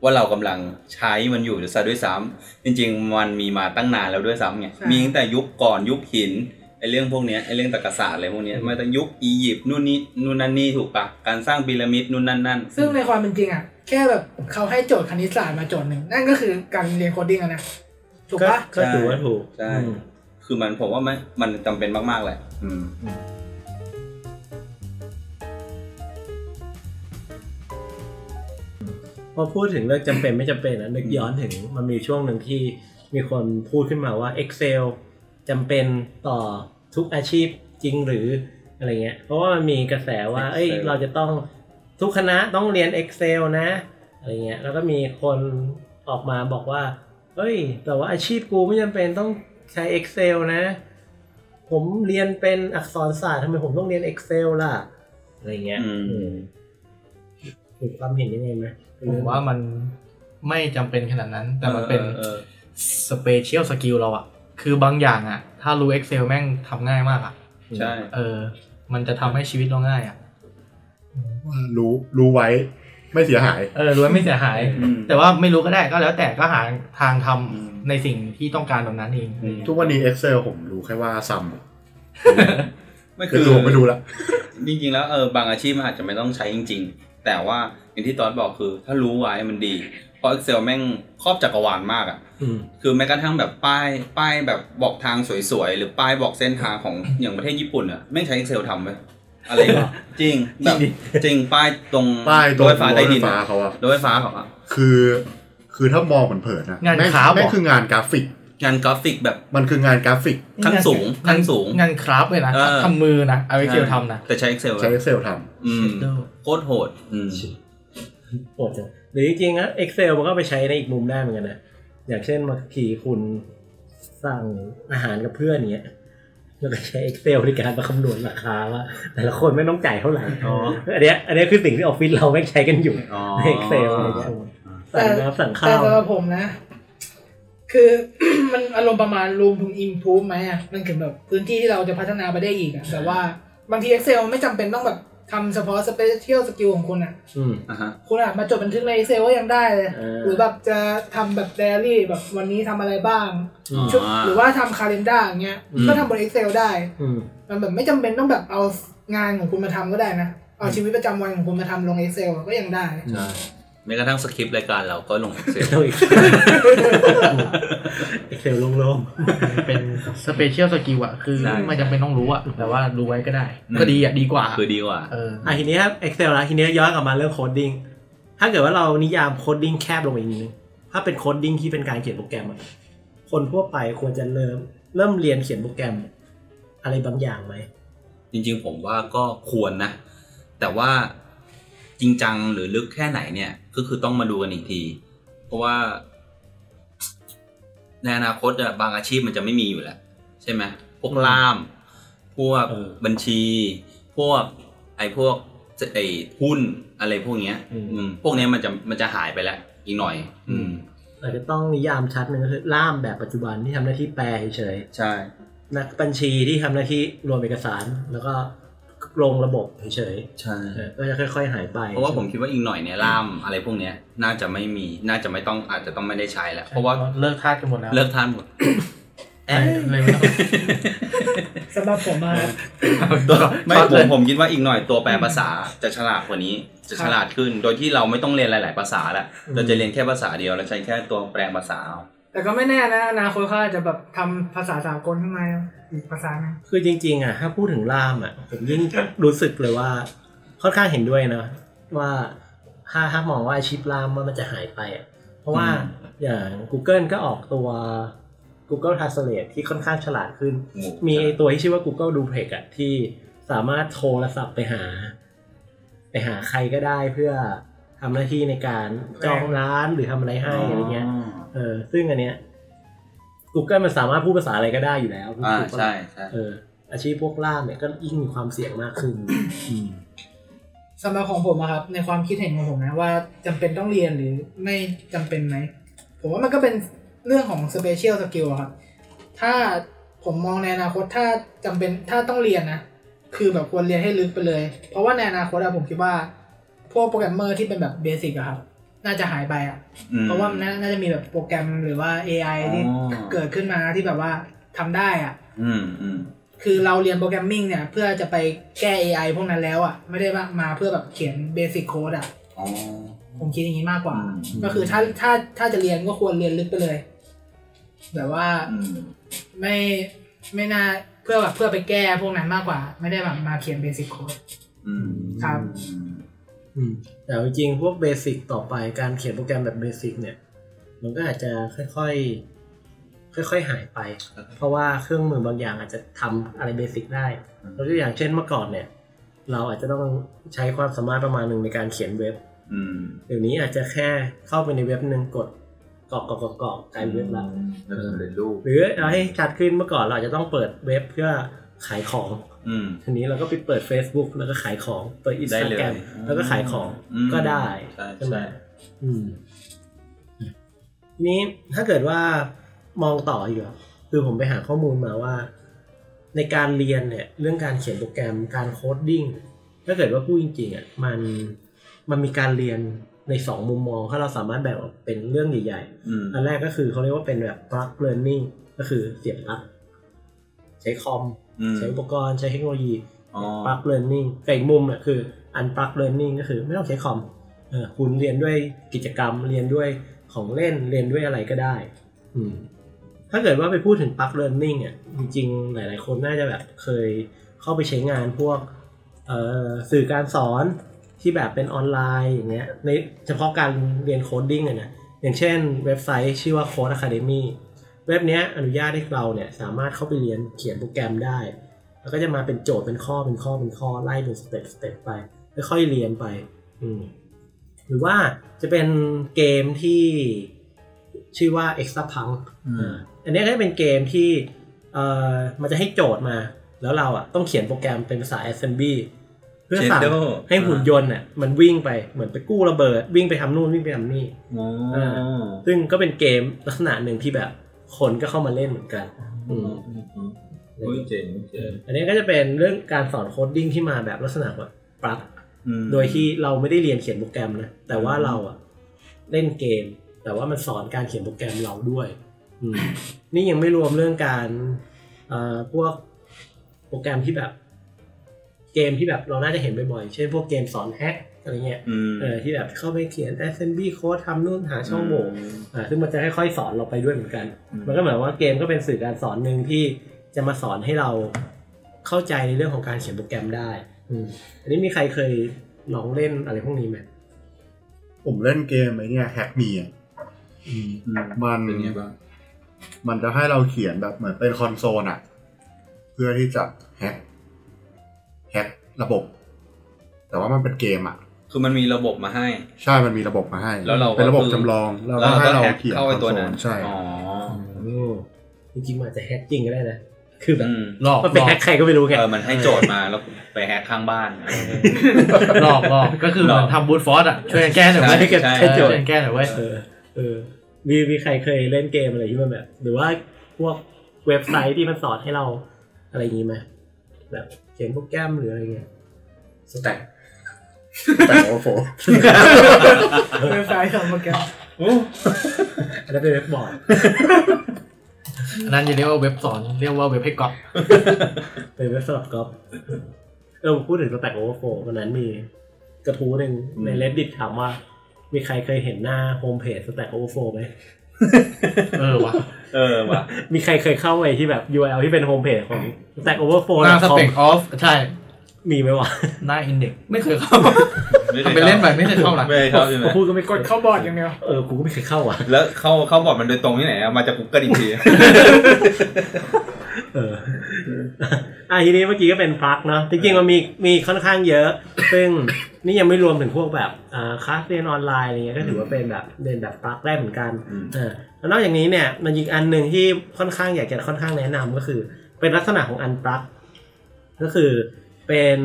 [SPEAKER 2] ว่าเรากำลังใช้มันอยู่ซะด้วยซ้ำจริง ๆ มันมีมาตั้งนานแล้วด้วยซ้ำไง
[SPEAKER 5] ใช่
[SPEAKER 2] มีตั้งแต่ยุคก่อนยุคหิน ไอเรื่องพวกเนี้ยไอเรื่องตรรกศาสตร์อะไรพวกเนี้ยมาตั้งยุคอียิปต์นู่นนี่นู่นนั่นนี่ถูกปะการสร้างพีระมิดนู่นนั่นนั่น
[SPEAKER 5] ซึ่งในความเป็นจริงอ่ะ แค่แบบเขาให้โจทย์คณิตศาสตร์มาโจทย์หนึ่ง นั่นก็คือการเรียนโคดดิ้งอะนะ ถูกปะ
[SPEAKER 1] ก็ถือว่าถูก
[SPEAKER 2] ใช่
[SPEAKER 1] อืม
[SPEAKER 2] คือมันผมว่ามันมันจำเป็นมากๆแหละอืม
[SPEAKER 1] พอพูดถึงเรื่องจำเป็นไม่จำเป็นนะนึกย้อนถึงมันมีช่วงหนึ่งที่มีคนพูดขึ้นมาว่า Excel จำเป็นต่อทุกอาชีพจริงหรืออะไรเงี้ย เพราะว่ามันมีกระแสว่า เอ้ย
[SPEAKER 2] Excel
[SPEAKER 1] เราจะต้องทุกคณะต้องเรียน Excel นะอะไรเงี้ยแล้วก็มีคนออกมาบอกว่า เอ้ย แต่ว่าอาชีพกูไม่จำเป็นต้องใช้ Excel นะ ผมเรียนเป็นอักษรศาสตร์ทำไมผมต้องเรียน Excel ล่ะอะไรเงี้ย
[SPEAKER 2] อืม
[SPEAKER 1] อืมมีความเห็นยังไงไหม
[SPEAKER 3] ผมว่ามันไม่จำเป็นขนาดนั้น แต่มันเป็น
[SPEAKER 2] ออออ
[SPEAKER 3] สเปเชียลสกิลเราอะคือบางอย่างอะถ้ารู้ Excel แม่งทำง่ายมากอะ
[SPEAKER 2] ใช่
[SPEAKER 3] เออ มันจะทำให้ชีวิตเราง่ายอะ
[SPEAKER 4] รู้รู้ไว้ไม่เสียหาย
[SPEAKER 3] เออรู้ว่าไม่เสียหาย
[SPEAKER 2] อืม
[SPEAKER 3] แต่ว่าไม่รู้ก็ได้ก็แล้วแต่ก็หาทางทำ
[SPEAKER 2] อืม
[SPEAKER 3] ในสิ่งที่ต้องการแบบนั้นเอง
[SPEAKER 2] อืม
[SPEAKER 4] ทุกวันนี้ Excel ผมรู้แค่ว่าซัม
[SPEAKER 2] ไม่
[SPEAKER 4] คื
[SPEAKER 2] คือ อ
[SPEAKER 4] ผมไม่รู้ละ
[SPEAKER 2] จริงๆแล้วเออบางอาชีพมันอาจจะไม่ต้องใช้จริง ๆ แต่ว่าอย่างที่ตอนบอกคือถ้ารู้ไว้มันดี เพราะ Excel แม่งครอบจักรวาลมากอะ่ะ
[SPEAKER 1] อืม
[SPEAKER 2] คือแม้กระทั่งแบบป้ายป้ายแบบบอกทางสวยๆ หรือป้ายบอกเส้นทางของ อย่างประเทศญี่ปุ่นอะ่ะแม่งใช้ Excel ทำไหมอะไรวะจริงแบบจริงป้ายตรง
[SPEAKER 4] ป้ายต
[SPEAKER 2] ร
[SPEAKER 4] รง
[SPEAKER 2] ถไฟฟ้าใต้ดิน
[SPEAKER 4] รถไฟฟ้า
[SPEAKER 2] อะ
[SPEAKER 4] เขาอะ
[SPEAKER 2] รถไฟฟ้าเขาอะ
[SPEAKER 4] คือ คือถ้ามองเผินๆนะ
[SPEAKER 3] งาน
[SPEAKER 4] แม่ง
[SPEAKER 3] คราฟ
[SPEAKER 4] แม่ง
[SPEAKER 3] เหรอ
[SPEAKER 4] คืองานกราฟิก
[SPEAKER 2] งานกราฟิกแบบ
[SPEAKER 4] มันคืองานกราฟิก
[SPEAKER 2] ขั้นสูงขั้นสูง
[SPEAKER 3] งานคราฟเลยนะ
[SPEAKER 2] เออ
[SPEAKER 3] ทำมือนะเอา Excel ทำนะ
[SPEAKER 2] แต่ใช้ Excel
[SPEAKER 4] ใช้
[SPEAKER 2] อะ
[SPEAKER 4] Excel ท
[SPEAKER 2] อืมโคตรโหดอืม
[SPEAKER 1] โหดจังหรือจริงๆนะ Excel มันก็ไปใช้ในอีกมุมได้เหมือนกันนะ อย่างเช่นบางทีคุณสั่งอาหารกับเพื่อนเนี้ยแล้วก็ใช้ Excel ในการมาคำนวณราคาว่าแต่ละคนไม่ต้องจ่ายเท่าไหร่อันเนี้ยอันเนี้ยคือสิ่งที่ออฟฟิศเราไม่งใช้กันอยู่
[SPEAKER 2] อ๋อ
[SPEAKER 1] ใน Excel อะไรเงี้ยสั่งน้ำสั่ง
[SPEAKER 5] แต่
[SPEAKER 1] ข้าว
[SPEAKER 5] สำหรับผมนะ คือ มันอารมณ์ประมาณรูมทูอินพูฟไหมอะมันคือแบบพื้นที่ที่เราจะพัฒนาไปได้อีกอะแต่ว่าบางที Excel ไม่จำเป็นต้องแบบทำเฉพาะสเปเชียลสกิลของคุณอะ
[SPEAKER 1] อืม
[SPEAKER 2] อ่ะฮะ
[SPEAKER 5] คุณอะมาจดบันทึกใน Excel ก็ยังได้เลย
[SPEAKER 1] เออ
[SPEAKER 5] หรือแบบจะทำแบบไดอารี่แบบวันนี้ทำอะไรบ้าง
[SPEAKER 1] อืม
[SPEAKER 5] ชุดหรือว่าทำคาล endar อย่างเงี้ย
[SPEAKER 1] อืม
[SPEAKER 5] ก็ทำบน Excel ได้
[SPEAKER 1] อืม
[SPEAKER 5] มันแบบไม่จำเป็นต้องแบบเอางานของคุณมาทำก็ได้นะ เอาชีวิตประจำวันของคุณมาทำลง Excel ก็ยังได้
[SPEAKER 2] ใช่แม้กระทั่งสคริปต์รายการเราก็ลง Excel
[SPEAKER 1] เอาอีก Excel โล่ง
[SPEAKER 3] เป็นสเปเชียลสกิลอะคือ
[SPEAKER 2] ใช่
[SPEAKER 3] ไม่จำเป็นต้องรู้อะแต่ว่ารู้ไว้ก็ได้ ก็ดีอะดีกว่า
[SPEAKER 2] คือดีกว่า
[SPEAKER 3] เออ
[SPEAKER 1] ๆอ่ะทีเนี้ย Excel ละทีเนี้ยย้อนกลับมาเรื่องโคดดิ้งถ้าเกิดว่าเรานิยามโคดดิ้งแคบลงไปอีกนิดนึงถ้าเป็นโคดดิ้งที่เป็นการเขียนโปรแกรมอะคนทั่วไปควรจะเริ่มเริ่มเรียนเขียนโปรแกรม อะไรบางอย่างไหม
[SPEAKER 2] จริงๆ ผมว่าก็ควรนะ แต่ว่าจริงจังหรือลึกแค่ไหนเนี่ยก็คือต้องมาดูกันอีกที เพราะว่า ในอนาคตอะบางอาชีพมันจะไม่มีอยู่แล้ว ใช่ไหมพวกล่าม พวกบัญชี พวกไอ้พวกไอ้หุ้นอะไรพวกเนี้ย อืมพวกเนี้ยมันจะมันจะหายไปแล้วอีกหน่อย อืม
[SPEAKER 1] อาจจะต้องนิยามชัดหนึ่งก็คือล่ามแบบปัจจุบันที่ทำหน้าที่แปลเฉย
[SPEAKER 2] ใช่
[SPEAKER 1] ๆนักบัญชีที่ทำหน้าที่รวมเอกสาร แล้วก็ลงระบบเฉย
[SPEAKER 2] ใช่
[SPEAKER 1] ๆเออก็จะค่อย ๆ หายไป
[SPEAKER 2] เพราะว่าผมคิดว่าอีกหน่อยเนี่ยล่ามอะไรพวกเนี้ย น่าจะไม่มี น่าจะไม่ต้องอาจจะต้องไม่ได้ใช้แล้ว เพราะว่า
[SPEAKER 3] เลิกทาสกันหมดแล้ว
[SPEAKER 2] เลิกทานหมด
[SPEAKER 3] เลยไม่ต้อง
[SPEAKER 5] สำหรับผมอะ
[SPEAKER 2] ไม่
[SPEAKER 3] ช็อต
[SPEAKER 2] ผ
[SPEAKER 3] เล
[SPEAKER 2] ม
[SPEAKER 3] ย
[SPEAKER 2] ผมคิดว่าอีกหน่อยตัวแปลภาษาจะฉลาดกว่านี้ จะฉลาดขึ้น โดยที่เราไม่ต้องเรียนหลาย ๆ ภาษาละเราจะเรียนแค่ภาษาเดียวเราใช้แค่ตัวแปลภาษาเอา
[SPEAKER 5] แต่ก็ไม่แน่นะอนาคตเขาอาจจะแบบทำภาษาสากลขึ้นมาอีกภาษาหนึง
[SPEAKER 1] คือจริงๆอ่ะถ้าพูดถึงล่ามอ่ะผมยิ่งรู้สึกเลยว่า ค่อนข้างเห็นด้วยนะว่าถ้าถ้ามองว่าอาชีพล่ามว่ามันจะหายไปอ่ะเพราะว่าอย่าง Google ก็ออกตัว Google Translate ที่ค่อนข้างฉลาดขึ้น มีไอ้ตัวที่ชื่อว่า Google Duplex อะที่สามารถโทรศัพท์ไปหา ไปหาใครก็ได้เพื่อทำหน้าที่ในการจองร้านหรือทำอะไรให้อะไรเงี้ยเออซึ่งอันเนี้ย Google มันสามารถพูดภาษาอะไรก็ได้อยู่แล้ว
[SPEAKER 2] อ่า
[SPEAKER 1] ถูกปะ
[SPEAKER 2] ใช่ใช่
[SPEAKER 1] เอออาชีพพวกล่ามเนี่ยก็ยิ่งมีความเสี่ยงมากขึ้น
[SPEAKER 5] สำหรับของผมอะครับ ในความคิดเห็นของผมนะว่าจำเป็นต้องเรียนหรือไม่จำเป็นไหม ผมว่ามันก็เป็นเรื่องของสเปเชียลสกิลครับ ถ้าผมมองในอนาคตถ้าจำเป็นถ้าต้องเรียนนะ คือแบบควรเรียนให้ลึกไปเลย เพราะว่าในอนาคตอะผมคิดว่า พวกโปรแกรมเมอร์ที่เป็นแบบเบสิกอะครับ น่าจะหายไปอะ
[SPEAKER 2] อื
[SPEAKER 5] เพราะว่ามันน่าน่าจะมีแบบโปรแกรมหรือว่า AI ที่
[SPEAKER 2] อ๋อ
[SPEAKER 5] เกิดขึ้นมาที่แบบว่าทำได้อะ
[SPEAKER 2] อืมอืม
[SPEAKER 5] คือเราเรียนโปรแกรมมิ่งเนี่ย เพื่อจะไปแก้ AI พวกนั้นแล้วอะ่ะ ไม่ได้ว่ามาเพื่อแบบเขียนเบสิ c โค้ดอ่ะ
[SPEAKER 2] อ๋อ
[SPEAKER 5] ผมคิดอย่างนี้มากกว่า
[SPEAKER 2] อืม
[SPEAKER 5] ก็คือถ้าถ้าถ้าจะเรียนก็ควรเรียนลึกไปเลย แบบว่า
[SPEAKER 2] อืม
[SPEAKER 5] ไม่ไม่น่าเพื่อแบบเพื่อไปแก้พวกนั้นมากกว่า ไม่ได้แบบมาเขียนเบสิ c โค้ด
[SPEAKER 2] อืม
[SPEAKER 5] ครับ
[SPEAKER 1] อืมแต่จริงๆพวกเบสิกต่อไปการเขียนโปรแกรมแบบเบสิกเนี่ย มันก็อาจจะค่อยๆ ค่อยๆ หายไป เพราะว่าเครื่องมือบางอย่างอาจจะทำอะไรเบสิกได้ยกตัวอย่างเช่นเมื่อก่อนเนี่ย เราอาจจะต้องใช้ความสามารถประมาณหนึ่งในการเขียนเว็บ
[SPEAKER 2] อืม
[SPEAKER 1] เดี๋ยวนี้อาจจะแค่เข้าไปในเว็บหนึ่งกดกรอกกรอกกรอกกรอกกลายเป็นเว็บละ
[SPEAKER 2] แล้วก็สำเร็จรูป
[SPEAKER 1] หรือเอาให้ชัดขึ้นเมื่อก่อนเราอาจจะต้องเปิดเว็บเพื่อขายของ
[SPEAKER 2] อืม
[SPEAKER 1] ทีนี้เราก็ไปเปิด Facebook แล้วก็ขายของ เปิดอินส
[SPEAKER 2] ได้
[SPEAKER 1] ตา
[SPEAKER 2] เลย
[SPEAKER 1] แกรมแล้วก็ขายของ
[SPEAKER 2] อืม
[SPEAKER 1] ก็ได้
[SPEAKER 2] ใช่
[SPEAKER 1] ใช่ไหม
[SPEAKER 2] ใช่
[SPEAKER 1] อืมทีนี้ถ้าเกิดว่ามองต่ออยู่อะคือผมไปหาข้อมูลมาว่า ในการเรียนเนี่ย เรื่องการเขียนโปรแกรมการโคดดิ้งถ้าเกิดว่าพูดจริงๆอ่ะมันมันมีการเรียนในสองมุมมองถ้าเราสามารถแบ่งออกเป็นเรื่องใหญ่ๆ
[SPEAKER 2] อืม
[SPEAKER 1] อันแรกก็คือเขาเรียกว่าเป็นแบบ plug learning ก็คือเสียบปลั๊กใช้คอม
[SPEAKER 2] อืม
[SPEAKER 1] ใช้อุปกรณ์ใช้เทคโนโลยี
[SPEAKER 2] อ๋อ
[SPEAKER 1] plug learning แต่อีกมุมเนี่ยคือ unplug learning ก็คือไม่ต้องใช้คอมเออคุณเรียนด้วยกิจกรรม เรียนด้วยของเล่นเรียนด้วยอะไรก็ได้ อืมถ้าเกิดว่าไปพูดถึง plug learning อ่ะจริงๆ หลาย ๆ คนน่าจะแบบเคยเข้าไปใช้งานพวกเอ่อสื่อการสอนที่แบบเป็นออนไลน์อย่างเงี้ยในเฉพาะการเรียนโคดดิ้งอะนะอย่างเช่นเว็บไซต์ชื่อว่า Code Academy เว็บเนี้ยอนุญาตให้เราเนี่ยสามารถเข้าไปเรียนเขียนโปรแกรมได้ แล้วก็จะมาเป็นโจทย์เป็นข้อเป็นข้อเป็นข้อไล่เป็นสเต็ปสเต็ปไปค่อยๆเรียนไป อืมหรือว่าจะเป็นเกมที่ชื่อว่า extra punk
[SPEAKER 2] อืม
[SPEAKER 1] อันนี้ก็จะเป็นเกมที่เอ่อมันจะให้โจทย์มา แล้วเราอ่ะต้องเขียนโปรแกรมเป็นภาษา assembly เพื่อสั่ง
[SPEAKER 2] Shadow
[SPEAKER 1] ให้หุ่นยนต์อ่ะมันวิ่งไปเหมือนไปกู้ระเบิด วิ่งไปทำนู่นวิ่งไปทำนี่
[SPEAKER 2] อ๋อ
[SPEAKER 1] อ่า ซึ่งก็เป็นเกมลักษณะหนึ่งที่แบบคนก็เข้ามาเล่นเหมือนกัน อืม
[SPEAKER 2] โอ้ยเจ๋งเจ๋ง
[SPEAKER 1] อันนี้ก็จะเป็นเรื่องการสอนโคดดิ้งที่มาแบบลักษณะแบบปลั๊ก
[SPEAKER 2] อืม
[SPEAKER 1] โดยที่เราไม่ได้เรียนเขียนโปรแกรมนะ แต่ว่าเราอะเล่นเกม แต่ว่ามันสอนการเขียนโปรแกรมเราด้วยอืมนี่ยังไม่รวมเรื่องการเอ่อพวกโปรแกรมที่แบบ เกมที่แบบเราน่าจะเห็นบ่อยๆเช่นพวกเกมสอนแฮกอะไรเงี้ย
[SPEAKER 2] อืม
[SPEAKER 1] เออที่แบบเข้าไปเขียน assembly code ทำนู่นหาช่องโหว่ อ่าซึ่งมันจะค่อยๆสอนเราไปด้วยเหมือนกัน มันก็เหมือนว่าเกมก็เป็นสื่อการสอนหนึ่งที่จะมาสอนให้เราเข้าใจในเรื่องของการเขียนโปรแกรมได้ อืมอันนี้มีใครเคยลองเล่นอะไรพวกนี้ไหม
[SPEAKER 4] ผมเล่นเกมไอ้เนี่ยแฮกมีอ่ะ
[SPEAKER 2] อืม
[SPEAKER 4] มัน
[SPEAKER 2] เป็นไงบ้าง
[SPEAKER 4] มันจะให้เราเขียนแบบเหมือนเป็นคอนโซลอ่ะ เพื่อที่จะแฮกแฮกระบบ แต่ว่ามันเป็นเกมอ่ะ
[SPEAKER 2] คือมันมีระบบมาให้
[SPEAKER 4] ใช่ มันมีระบบมาให้
[SPEAKER 2] แล้วเราก็
[SPEAKER 4] เป็นระบบ
[SPEAKER 2] คือ
[SPEAKER 4] จำลองแล้ว
[SPEAKER 2] แล้ว
[SPEAKER 4] ก็ให้
[SPEAKER 2] ก็
[SPEAKER 4] เรา
[SPEAKER 2] แฮก
[SPEAKER 4] เขียน
[SPEAKER 2] เข้า
[SPEAKER 4] ค
[SPEAKER 2] ไป
[SPEAKER 4] อน
[SPEAKER 2] ตัว
[SPEAKER 4] โซ
[SPEAKER 2] นั้
[SPEAKER 4] ล
[SPEAKER 2] น
[SPEAKER 4] ใช่
[SPEAKER 2] อ๋อ
[SPEAKER 1] อืมจริงๆมันอาจจะแฮกจริงก็ได้นะ คือแบบ
[SPEAKER 2] อืม
[SPEAKER 3] หลอก
[SPEAKER 1] มันเป็นแฮกใครก็ไม่รู้ไง
[SPEAKER 2] เออมันให้โจทย์มาแล้วไปแฮกข้างบ้าน
[SPEAKER 3] หลอกหลอกก็คือเหมือนทำบูทฟอร์สอ่ะช่วยกันแก้หน่อยเว้ย
[SPEAKER 1] ใช่ใช่
[SPEAKER 3] เออช่วยกันแก้หน่อยเว้ย
[SPEAKER 1] เออเออมีมีใครเคยเล่นเกมอะไรที่มันแบบ หรือว่าพวกเว็บไซต์ที่มันสอนให้เราอะไรอย่างนี้ไหมแบบเขียนโปรแกรมหรืออะไรเงี้ยสแต็ก
[SPEAKER 4] แต่โอ้โห
[SPEAKER 5] เว็บไซต์ของโปรแกรม
[SPEAKER 1] อันนั้นเป็นเว็บบอร์ด
[SPEAKER 3] อันนั้นจะเรียกว่าเว็บสอนเรียกว่าเว็บให้ก๊อป
[SPEAKER 1] เป็นเว็บสำหรับก๊อฟ เออผมพูดถึงสแต็กโอเวอร์โฟวันนั้นมีกระทู้หนึ่ง
[SPEAKER 2] อืม
[SPEAKER 1] ใน reddit ถามว่า มีใครเคยเห็นหน้าโฮมเพจสแต็กโอเวอร์โฟไหม
[SPEAKER 3] เออว่ะ
[SPEAKER 2] เออว่ะ
[SPEAKER 1] มีใครเคยเข้าไปที่แบบ URL ที่เป็นโฮมเพจของสแต็กโอเวอร์โฟ
[SPEAKER 3] หน้าสเปกออฟใช่
[SPEAKER 1] มีไหมวะ
[SPEAKER 3] หน้าอินเด็กไม่เคยเข้า
[SPEAKER 2] ม่ด้
[SPEAKER 3] ทำไปเล่นไปไม่เคยเข้าหลัก
[SPEAKER 2] ไม่ได้เข้าใช่ไหม
[SPEAKER 1] ผมพูดก็ไม่
[SPEAKER 5] ก
[SPEAKER 1] ก
[SPEAKER 5] ด
[SPEAKER 1] ด
[SPEAKER 5] เข้าบอร์ดอย่างเดียว
[SPEAKER 1] เออ กูก็ไม่เคยเข้าอ่ะ
[SPEAKER 2] แล้วเข้าเข้าบอร์ดมันโดยตรงที่ไหนอะมาจากกูเกิลอีกที
[SPEAKER 1] เอ อ อ่ะทีนี้เมื่อกี้ก็เป็นพลักเนาะจริงๆมันมีมีค่อนข้างเยอะ ซึ่งนี่ยังไม่รวมถึงพวกแบบอ่าคลาสเรียนออนไลน์อะไรเงี้ยก็ถือว่าเป็นแบบเรียนแบบพลักได้เหมือนกัน
[SPEAKER 2] อืม
[SPEAKER 1] เออแล้วนอกจากนี้เนี่ยมันอีกอันหนึ่งที่ค่อนข้างอยากจะค่อนข้างแนะนำก็คือ เป็นลักษณะของอันพลักก็คือเป็น